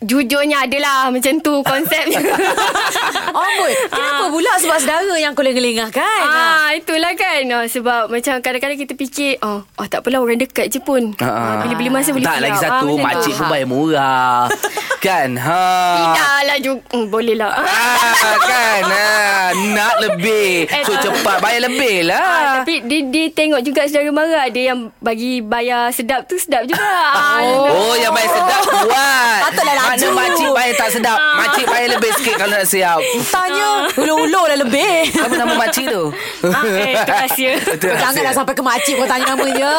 [SPEAKER 6] jujurnya adalah macam tu
[SPEAKER 2] (laughs)
[SPEAKER 6] konsepnya.
[SPEAKER 1] Ah, Amboi Kenapa pula sebab sedara yang kau lengah kan ah.
[SPEAKER 6] Ah, itulah kan ah, Sebab macam kadang-kadang kita fikir oh, oh tak apalah orang dekat je pun ah, Bila-bila masa boleh
[SPEAKER 2] Tak
[SPEAKER 6] siap.
[SPEAKER 2] lagi
[SPEAKER 6] Ah,
[SPEAKER 2] satu
[SPEAKER 6] macam tu.
[SPEAKER 2] Makcik pun
[SPEAKER 1] Ha.
[SPEAKER 2] bayar
[SPEAKER 6] (laughs)
[SPEAKER 2] murah Kan ha.
[SPEAKER 6] Tidak lah juga hmm, Boleh lah
[SPEAKER 2] Ah, kan ah, Nak lebih
[SPEAKER 6] (laughs) Eh,
[SPEAKER 2] So
[SPEAKER 6] tak.
[SPEAKER 2] cepat Bayar lebih
[SPEAKER 6] Ah,
[SPEAKER 2] lah
[SPEAKER 6] tapi dia, dia tengok juga saudara Mara Ada yang bagi bayar sedap tu sedap juga ah,
[SPEAKER 2] Oh yang bayar sedap Buat
[SPEAKER 6] lah,
[SPEAKER 1] Patutlah lama
[SPEAKER 2] Mana makcik bayar tak sedap
[SPEAKER 6] Ah.
[SPEAKER 2] Makcik bayar lebih sikit Kalau nak siap
[SPEAKER 11] Tanya Ulur-ulur dah lebih
[SPEAKER 2] Apa nama makcik tu?
[SPEAKER 11] Ah, eh, itu
[SPEAKER 2] (laughs)
[SPEAKER 11] rahsia.
[SPEAKER 2] Itu rahsia.
[SPEAKER 6] lah,
[SPEAKER 11] Janganlah sampai ke makcik Kau tanya nama dia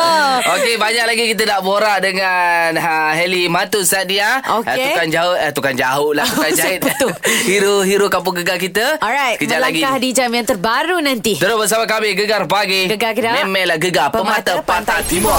[SPEAKER 2] Okey, banyak lagi kita nak borak dengan ha, Heli Matu Sadia.
[SPEAKER 11] Okey.
[SPEAKER 2] Eh, tukang jahut, eh, tukang jahut lah, tukang
[SPEAKER 11] (laughs)
[SPEAKER 2] jahit. (laughs) Hero-hero kampung gegar kita.
[SPEAKER 11] Alright
[SPEAKER 2] Kejap lagi.
[SPEAKER 11] Melangkah di jam yang terbaru nanti
[SPEAKER 2] Terus bersama kami, Gegar Pagi.
[SPEAKER 11] Gegar Gerak.
[SPEAKER 2] Memelah Gegar Pemata, Pantai Timur.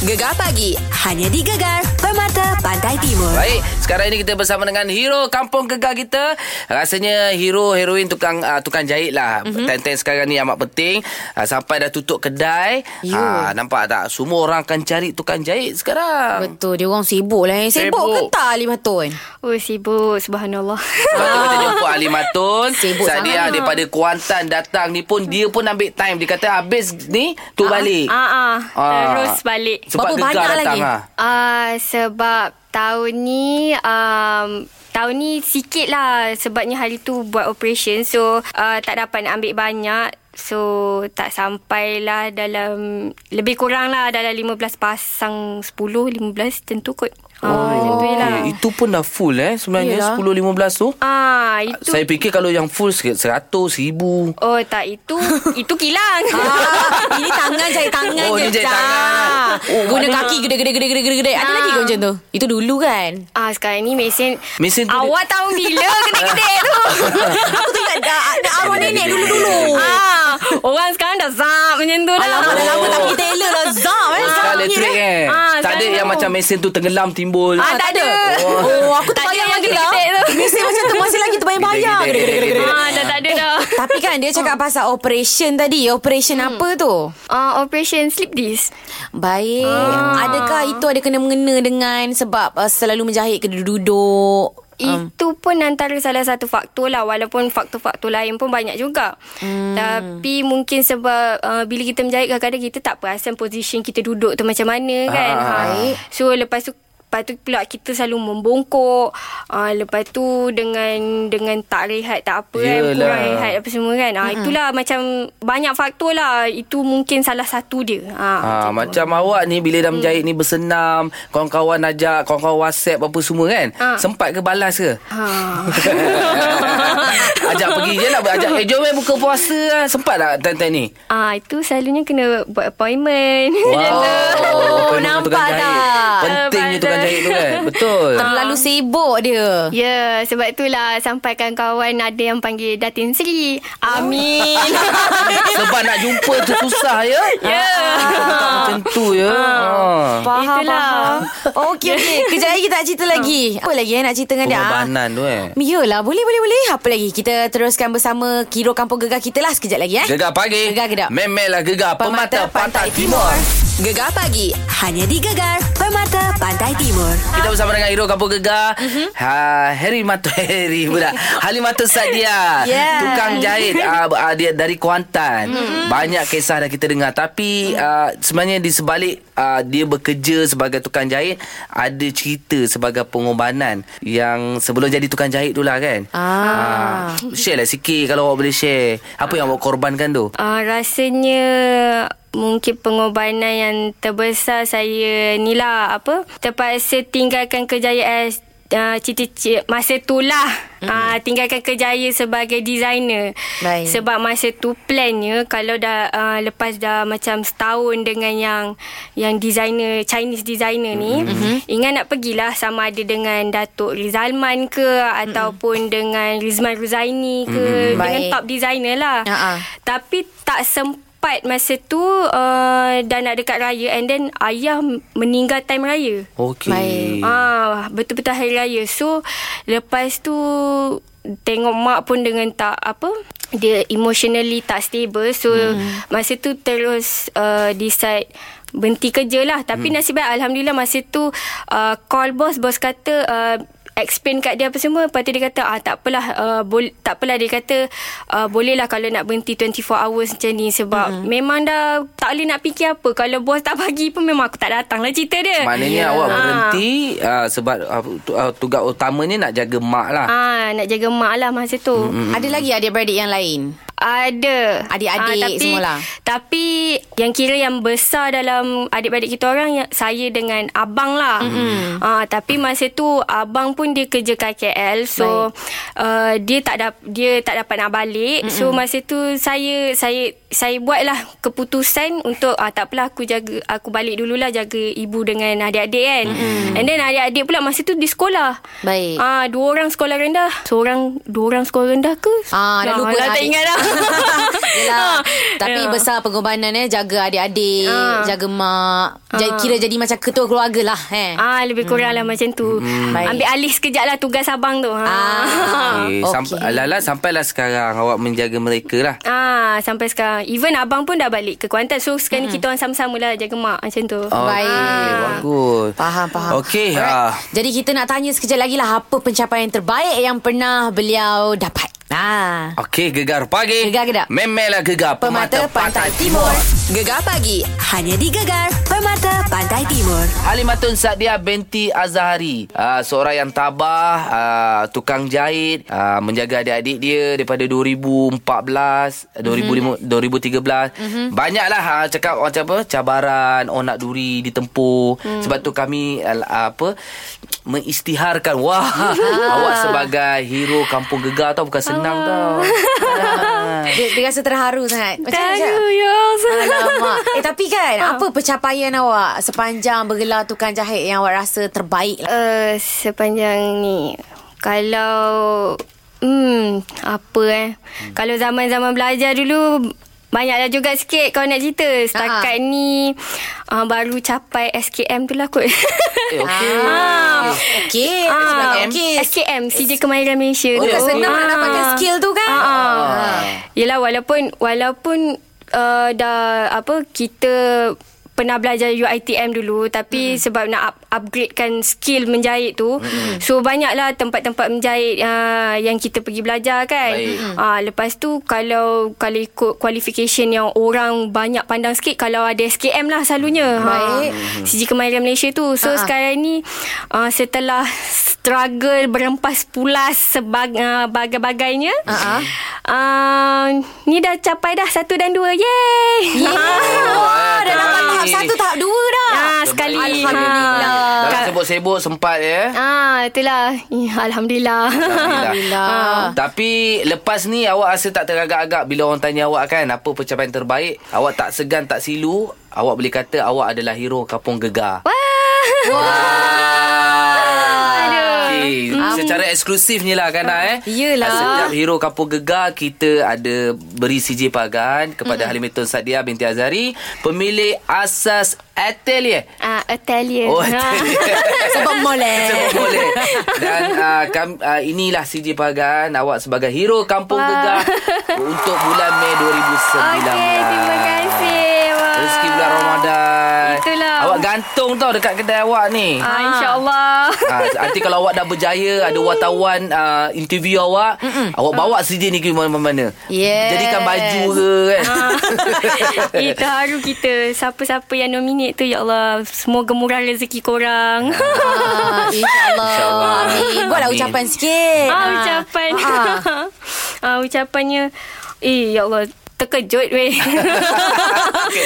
[SPEAKER 1] Gegar pagi hanya di Gegar Permata Pantai Timur.
[SPEAKER 2] Baik, sekarang ini kita bersama dengan hero kampung gegar kita. Rasanya hero heroin tukang uh, tukang jahit lah.
[SPEAKER 11] Mhm.
[SPEAKER 2] Mm-hmm. Ten-ten sekarang ni amat penting. Uh, sampai dah tutup kedai. Uh, nampak tak? Semua orang akan cari tukang jahit sekarang.
[SPEAKER 11] Betul dia orang sibuk lah eh. Sibuk, ke
[SPEAKER 2] Sibuk.
[SPEAKER 11] tak Ali Matun?
[SPEAKER 6] Oh sibuk Subhanallah
[SPEAKER 2] Lepas tu kita jumpa Ali Matun
[SPEAKER 6] Ah. Sibuk
[SPEAKER 2] Sadia
[SPEAKER 6] sangat. lah.
[SPEAKER 2] daripada Kuantan datang ni pun Dia pun ambil time Dia kata habis ni Tu balik
[SPEAKER 6] Ah, ah,
[SPEAKER 2] Ah.
[SPEAKER 6] Terus balik
[SPEAKER 2] Sebab Berapa gegar banyak datang, lagi? ah?
[SPEAKER 6] Ah, Sebab tahun ni um, Tahun ni sikit lah Sebabnya hari tu buat operation So uh, tak dapat nak ambil banyak So tak sampailah dalam Lebih kurang lah dalam 15 pasang 10, 15 tentu kot
[SPEAKER 2] Oh,
[SPEAKER 6] Ah, macam tu je lah.
[SPEAKER 2] Eh, Itu pun dah full eh Sebenarnya
[SPEAKER 6] Yelah.
[SPEAKER 2] 10-15 tu
[SPEAKER 6] Ah, itu
[SPEAKER 2] Saya fikir kalau yang full sikit 100, 1000
[SPEAKER 6] Oh tak itu Itu kilang
[SPEAKER 11] (laughs)
[SPEAKER 6] (laughs)
[SPEAKER 11] ah, Ini tangan jahit tangan
[SPEAKER 6] Oh,
[SPEAKER 11] je
[SPEAKER 6] ini jahit
[SPEAKER 11] Cak.
[SPEAKER 6] tangan. Oh,
[SPEAKER 11] Guna
[SPEAKER 6] mana-
[SPEAKER 11] kaki gede-gede-gede-gede Ada
[SPEAKER 6] Ah.
[SPEAKER 11] lagi kau macam tu? Itu dulu kan
[SPEAKER 6] Ah sekarang ni mesin
[SPEAKER 2] Mesin tu
[SPEAKER 6] Awak tahu bila kena
[SPEAKER 1] (laughs)
[SPEAKER 6] gede tu
[SPEAKER 11] (laughs) Aku tu ingat dah- dah arwah nenek dulu-dulu
[SPEAKER 6] ah, Orang sekarang dah zap macam tu dah
[SPEAKER 11] Alamak dah lama tak pergi tailor lah Zam
[SPEAKER 6] Ah,
[SPEAKER 11] eh
[SPEAKER 2] Sekarang elektrik eh Tak ada yang macam mesin tu tenggelam timbul
[SPEAKER 11] Ah, tak ada. Oh, aku tak bayang lagi lah. Mesin macam tu masih lagi terbayang-bayang.
[SPEAKER 2] Gede, gede, gede, gede.
[SPEAKER 6] Ah, dah tak ada dah.
[SPEAKER 1] Eh,
[SPEAKER 11] Tapi kan dia cakap pasal operation tadi. Operation apa tu?
[SPEAKER 6] Uh, operation sleep disc.
[SPEAKER 11] Baik. Ah. Adakah itu ada kena mengena dengan sebab uh, selalu menjahit ke duduk-duduk? Um,
[SPEAKER 6] Itu pun antara salah satu faktor lah Walaupun faktor-faktor lain pun banyak juga hmm. Tapi mungkin sebab uh, Bila kita menjahit kadang-kadang kita tak perasan Position kita duduk tu macam mana kan
[SPEAKER 11] Ah. Baik.
[SPEAKER 6] So lepas tu Lepas tu pula kita selalu membongkok uh, Lepas tu dengan dengan tak rehat tak apa
[SPEAKER 2] Yelah.
[SPEAKER 6] kan Kurang rehat apa semua kan uh, Itulah macam banyak faktor lah Itu mungkin salah satu dia uh,
[SPEAKER 2] Ha, macam awak ni bila dah menjahit ni bersenam, kawan-kawan ajak, kawan-kawan WhatsApp apa semua kan?
[SPEAKER 6] Ha.
[SPEAKER 2] Sempat ke balas ke?
[SPEAKER 6] Ha.
[SPEAKER 2] (laughs) ajak pergi je lah ajak, Eh jom eh buka puasa lah Sempat tak time-time ni
[SPEAKER 6] Ah itu selalunya kena buat appointment. (laughs)
[SPEAKER 2] Wow, nampak
[SPEAKER 6] tak?
[SPEAKER 2] Pentingnya tukang jahit tu kan Betul
[SPEAKER 11] Terlalu sibuk dia.
[SPEAKER 6] Ya, yeah, sebab itulah sampaikan kawan ada yang panggil Datin Sri. Amin.
[SPEAKER 2] Sebab nak jumpa tu susah ya
[SPEAKER 6] Ya.
[SPEAKER 2] Ah, Macam tu ya ha.
[SPEAKER 11] Faham,
[SPEAKER 6] Itulah.
[SPEAKER 11] faham. Ah. Okey, okey. Kejap lagi kita nak cerita lagi. Apa lagi eh nak cerita dengan dia? ah?
[SPEAKER 2] Pengorbanan tu eh
[SPEAKER 11] Yelah, boleh, boleh, boleh. Apa lagi? Kita teruskan bersama Kiro Kampung Gegar kita lah sekejap lagi eh.
[SPEAKER 2] Gegar pagi
[SPEAKER 11] Gegar gedap.
[SPEAKER 2] Memelah gegar Pemata, Pantai Timur
[SPEAKER 1] Gegar pagi hanya di Gegar Permata Pantai Timur.
[SPEAKER 2] Kita bersama dengan Hero Kampung Gegar mm-hmm. ha, Harry Matu (laughs) Harry pula Halimatul Sadia
[SPEAKER 11] Yes.
[SPEAKER 2] Tukang jahit uh, uh, Dia dari Kuantan mm-hmm. Banyak kisah dah kita dengar Tapi uh, Sebenarnya di sebalik uh, Dia bekerja sebagai tukang jahit Ada cerita sebagai pengorbanan Yang sebelum jadi tukang jahit tu lah kan
[SPEAKER 11] Ah.
[SPEAKER 2] uh, Share lah sikit Kalau awak boleh share Apa yang awak korbankan tu
[SPEAKER 6] Ah rasanya mungkin pengorbanan yang terbesar saya ni lah apa terpaksa tinggalkan kejayaan Uh, cita-cita masa tu lah mm. uh, tinggalkan kerjaya sebagai designer
[SPEAKER 11] Baik.
[SPEAKER 6] sebab masa tu plannya kalau dah uh, lepas dah macam setahun dengan yang yang designer Chinese designer ni mm-hmm. ingat nak pergilah sama ada dengan Datuk Rizalman ke ataupun dengan Rizman Ruzaini ke
[SPEAKER 11] Mm-mm.
[SPEAKER 6] mm-hmm. dengan
[SPEAKER 11] Baik.
[SPEAKER 6] top designer lah
[SPEAKER 11] Ha-ha.
[SPEAKER 6] tapi tak sempat masa tu uh, dah nak dekat raya and then ayah meninggal time raya.
[SPEAKER 2] Okey
[SPEAKER 6] Ah betul-betul hari raya. So lepas tu tengok mak pun dengan tak apa dia emotionally tak stable. So hmm. masa tu terus uh, decide berhenti kerja lah. Tapi hmm. nasib baik alhamdulillah masa tu uh, call bos bos kata uh, explain kat dia apa semua lepas tu dia kata ah tak apalah uh, bol- tak apalah dia kata uh, bolehlah kalau nak berhenti 24 hours macam ni sebab
[SPEAKER 2] Hmm.
[SPEAKER 6] mm-hmm. memang dah tak boleh nak fikir apa kalau bos tak bagi pun memang aku tak datang lah cerita dia
[SPEAKER 2] Maknanya
[SPEAKER 6] Ah.
[SPEAKER 2] awak berhenti uh, Sebab uh, tu- uh, tugas utamanya nak jaga mak lah
[SPEAKER 6] ah nak jaga mak lah masa tu
[SPEAKER 11] Ada lagi adik-beradik yang lain?
[SPEAKER 6] Ada.
[SPEAKER 11] Adik-adik
[SPEAKER 6] Ah, tapi,
[SPEAKER 11] semualah.
[SPEAKER 6] Tapi yang kira yang besar dalam adik-adik kita orang yang- saya dengan abang lah. Mm-hmm. Ah tapi masa tu abang pun dia kerja KKL so uh, dia tak dap, dia tak dapat nak balik. Mm-hmm. So masa tu saya saya saya buatlah keputusan untuk ah tak apalah aku jaga aku balik dululah jaga ibu dengan adik-adik kan. Mm-hmm. And then adik-adik pula masa tu di sekolah.
[SPEAKER 11] Baik.
[SPEAKER 6] Ah dua orang sekolah rendah. Seorang dua orang sekolah rendah ke?
[SPEAKER 11] Ah, dah lupa nak
[SPEAKER 6] dah tak
[SPEAKER 11] adik.
[SPEAKER 6] ingat
[SPEAKER 11] (laughs)
[SPEAKER 6] dah. (laughs)
[SPEAKER 11] Yelah.
[SPEAKER 6] Ah,
[SPEAKER 11] Tapi
[SPEAKER 6] ya.
[SPEAKER 11] besar pengorbanan eh jaga adik-adik,
[SPEAKER 6] Ah.
[SPEAKER 11] jaga mak, ja-
[SPEAKER 6] Ah.
[SPEAKER 11] kira jadi macam ketua keluarga lah eh.
[SPEAKER 6] Ah lebih kurang lah macam tu.
[SPEAKER 11] Hmm. Baik.
[SPEAKER 6] Ambil alih sekejap lah tugas abang tu. Ha. Ah.
[SPEAKER 2] Okay. Sampai, Lala sampailah sekarang awak menjaga mereka lah.
[SPEAKER 6] (laughs) Ah sampai sekarang Even abang pun dah balik ke Kuantan So sekarang
[SPEAKER 11] Hmm.
[SPEAKER 6] mm. kita orang sama-sama lah Jaga mak macam tu Ah.
[SPEAKER 2] Oh, Okay, bagus.
[SPEAKER 11] Faham, faham.
[SPEAKER 2] Okey.
[SPEAKER 11] Alright.
[SPEAKER 1] ah.
[SPEAKER 2] Uh,
[SPEAKER 11] Jadi kita nak tanya sekejap lagi lah apa pencapaian terbaik yang pernah beliau dapat. Ah.
[SPEAKER 2] Okey, gegar pagi. Gegar
[SPEAKER 11] ke tak?
[SPEAKER 2] Memelah gegar pemata,
[SPEAKER 1] Permata Pantai Timur. Gegar pagi hanya di Gegar Permata Pantai Timur.
[SPEAKER 2] Halimatun Sadia binti Azhari uh, Seorang yang tabah uh, Tukang jahit uh, Menjaga adik-adik dia Daripada 2014 eh, 2005, 2013 Banyaklah ha, Cakap orang cakap apa Cabaran Orang nak duri Ditempuh
[SPEAKER 12] Mhm.
[SPEAKER 2] Sebab tu kami uh, Apa Mengistiharkan Wah Awak sebagai hero Kampung Gegar tau Bukan senang tau
[SPEAKER 11] Ah. Dia, dia rasa terharu sangat.
[SPEAKER 6] Terharu,
[SPEAKER 11] ya. Alamak. Eh, tapi kan,
[SPEAKER 6] Ah.
[SPEAKER 11] apa pencapaian awak sepanjang bergelar tukang jahit yang awak rasa terbaik lah?
[SPEAKER 6] uh, Sepanjang ni Kalau Hmm Apa eh hmm. Kalau zaman-zaman belajar dulu Banyaklah juga sikit kau nak cerita
[SPEAKER 2] Ah.
[SPEAKER 6] Setakat uh-huh. ni uh, Baru capai SKM tu lah kot
[SPEAKER 2] Eh, okey.
[SPEAKER 6] (laughs) Ah.
[SPEAKER 11] Okey.
[SPEAKER 6] Ah, (laughs) SKM CJ Kemahiran Malaysia
[SPEAKER 11] Oh,
[SPEAKER 6] tu.
[SPEAKER 11] tak senang nak
[SPEAKER 6] Ah.
[SPEAKER 11] dapatkan skill tu kan?
[SPEAKER 6] Ah, ah. Yelah walaupun Walaupun uh, Dah Apa Kita pernah belajar UiTM dulu tapi mm. sebab nak up, upgradekan skill menjahit tu mm. so banyaklah tempat-tempat menjahit uh, yang kita pergi belajar kan
[SPEAKER 13] Baik.
[SPEAKER 11] Hmm.
[SPEAKER 6] uh, lepas tu kalau kalau ikut qualification yang orang banyak pandang sikit kalau ada SKM lah selalunya
[SPEAKER 11] Hmm. Baik.
[SPEAKER 6] ha. CG Kemahiran Malaysia tu
[SPEAKER 11] Ah.
[SPEAKER 6] so uh-huh. sekarang ni uh, setelah struggle berempas pulas sebagai uh, bagai-bagainya uh-huh. uh, ni dah capai dah satu dan dua Ah, yay
[SPEAKER 11] Wah, dah dapat tahap satu, tahap dua dah.
[SPEAKER 6] Ah, sekali. Ha.
[SPEAKER 11] Alhamdulillah.
[SPEAKER 2] Dah sebut-sebut sempat ya
[SPEAKER 6] Ah, itulah. Ih, Alhamdulillah.
[SPEAKER 2] Alhamdulillah.
[SPEAKER 6] Ah.
[SPEAKER 2] Tapi lepas ni awak rasa tak teragak-agak bila orang tanya awak kan apa pencapaian terbaik? Awak tak segan tak silu, awak boleh kata awak adalah hero Kampung Gegar.
[SPEAKER 6] (laughs)
[SPEAKER 2] Okey,
[SPEAKER 11] Hmm.
[SPEAKER 2] secara eksklusif ni lah kan ah, eh.
[SPEAKER 11] Yelah.
[SPEAKER 2] Setiap hero Kampung Gegar kita ada beri CJ Pagan kepada mm. Halimatun Sadia binti Azari, pemilik asas Atelier.
[SPEAKER 6] (laughs) Ah, Atelier.
[SPEAKER 2] Oh, Atelier.
[SPEAKER 11] Sebab boleh.
[SPEAKER 6] (laughs)
[SPEAKER 2] Sebab
[SPEAKER 1] (laughs)
[SPEAKER 2] boleh. Dan uh, kam, uh, inilah CJ Pagan awak sebagai hero Kampung Gegar untuk bulan Mei 2019. Okey, terima
[SPEAKER 6] kasih. Wah.
[SPEAKER 2] Rezeki bulan Ramadan.
[SPEAKER 6] Itulah.
[SPEAKER 2] Awak gantung tau dekat kedai awak ni.
[SPEAKER 6] Ah, InsyaAllah.
[SPEAKER 2] (laughs) Ah, nanti kalau awak dah berjaya Ada wartawan uh, Interview awak Mm-mm. Awak bawa CJ ni ke mana-mana
[SPEAKER 6] Yes.
[SPEAKER 2] Jadikan baju ke kan
[SPEAKER 6] Eh, terharu kita. Siapa-siapa yang nominate tu, Ya Allah. Semoga murah rezeki korang.
[SPEAKER 11] Ah, InsyaAllah.
[SPEAKER 6] InsyaAllah.
[SPEAKER 11] Amin. Buatlah
[SPEAKER 6] Amin.
[SPEAKER 11] ucapan sikit.
[SPEAKER 2] Ya.
[SPEAKER 6] (laughs) Ah, ucapan.
[SPEAKER 11] Ah.
[SPEAKER 6] Ah. (laughs) ah, ucapannya. Eh, Ya Allah. Terkejut
[SPEAKER 2] (laughs)
[SPEAKER 6] weh.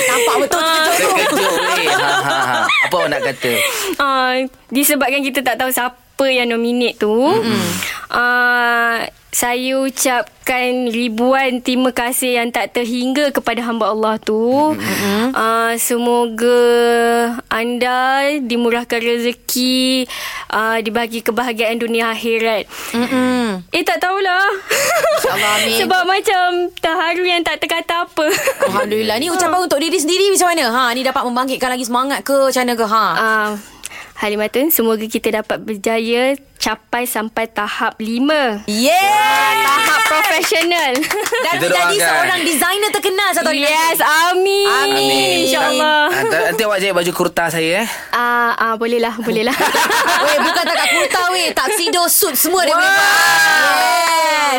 [SPEAKER 11] Nampak betul terkejut tu.
[SPEAKER 2] Ah. Terkejut weh ha, ha, ha. Apa awak nak kata
[SPEAKER 6] uh, disebabkan kita tak tahu siapa yang nominate tu mm-hmm. uh, saya ucapkan ribuan terima kasih yang tak terhingga kepada hamba Allah tu mm-hmm. uh, semoga anda dimurahkan rezeki uh, dibagi kebahagiaan dunia akhirat
[SPEAKER 11] Mm-mm.
[SPEAKER 6] Eh tak tahulah
[SPEAKER 11] amin.
[SPEAKER 6] (laughs)
[SPEAKER 11] Oh.
[SPEAKER 6] Sebab macam Terharu yang tak terkata apa
[SPEAKER 11] Alhamdulillah. Ni ucapan
[SPEAKER 6] Ah.
[SPEAKER 11] untuk diri sendiri macam mana? Ha, ni dapat membangkitkan lagi semangat ke? Macam mana ke? Ha.
[SPEAKER 6] Uh, Halimatun, semoga kita dapat berjaya capai sampai tahap lima.
[SPEAKER 11] Yeah!
[SPEAKER 6] Tahap profesional.
[SPEAKER 11] Dan
[SPEAKER 2] Kita
[SPEAKER 11] menjadi
[SPEAKER 2] doakan.
[SPEAKER 11] seorang designer terkenal satu hari
[SPEAKER 6] Yes,
[SPEAKER 11] nanti.
[SPEAKER 6] amin.
[SPEAKER 11] Amin.
[SPEAKER 6] InsyaAllah.
[SPEAKER 2] Ah, ta- Nanti awak jahit baju kurta saya eh.
[SPEAKER 6] Ah, ah boleh lah, boleh lah.
[SPEAKER 11] (laughs) Weh, bukan tak kat kurta weh. Tuxedo suit semua dia boleh buat. Yes.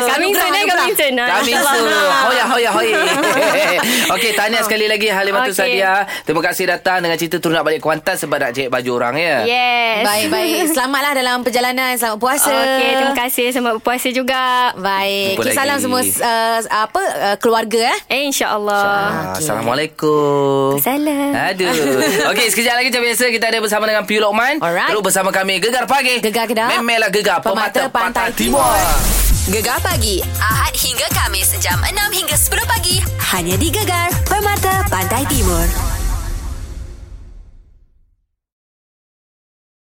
[SPEAKER 6] Kami
[SPEAKER 11] Anugerah,
[SPEAKER 1] lah,
[SPEAKER 6] sana,
[SPEAKER 11] anugerah.
[SPEAKER 6] kami lah. sana.
[SPEAKER 2] Kami suruh Hoya hoya (laughs) hoya Okey tahniah sekali lagi Halimatul okay.
[SPEAKER 6] Okey.
[SPEAKER 2] Sadia Terima kasih datang Dengan cerita turun nak balik Kuantan Sebab nak cek baju orang ya
[SPEAKER 6] Yes. (laughs)
[SPEAKER 11] Baik-baik. Selamatlah dalam perjalanan. Selamat puasa.
[SPEAKER 6] Okey, terima
[SPEAKER 1] Ah.
[SPEAKER 6] kasih. Selamat berpuasa juga.
[SPEAKER 11] Baik.
[SPEAKER 2] Jumpa
[SPEAKER 11] Okay,
[SPEAKER 2] lagi.
[SPEAKER 11] salam semua uh, apa uh, keluarga eh.
[SPEAKER 6] Eh, insyaAllah.
[SPEAKER 2] Ah, Assalamualaikum
[SPEAKER 6] Salam.
[SPEAKER 2] Eh? Aduh Okey sekejap lagi macam biasa Kita ada bersama dengan Piu Lokman
[SPEAKER 11] Alright.
[SPEAKER 2] Terus bersama kami Gegar Pagi
[SPEAKER 11] Gegar Kedah.
[SPEAKER 2] Memelah Gegar Pemata, Pantai, Timur,
[SPEAKER 1] Gegar pagi Ahad hingga Kamis jam 6 hingga 10 pagi hanya di Gegar Permata Pantai Timur.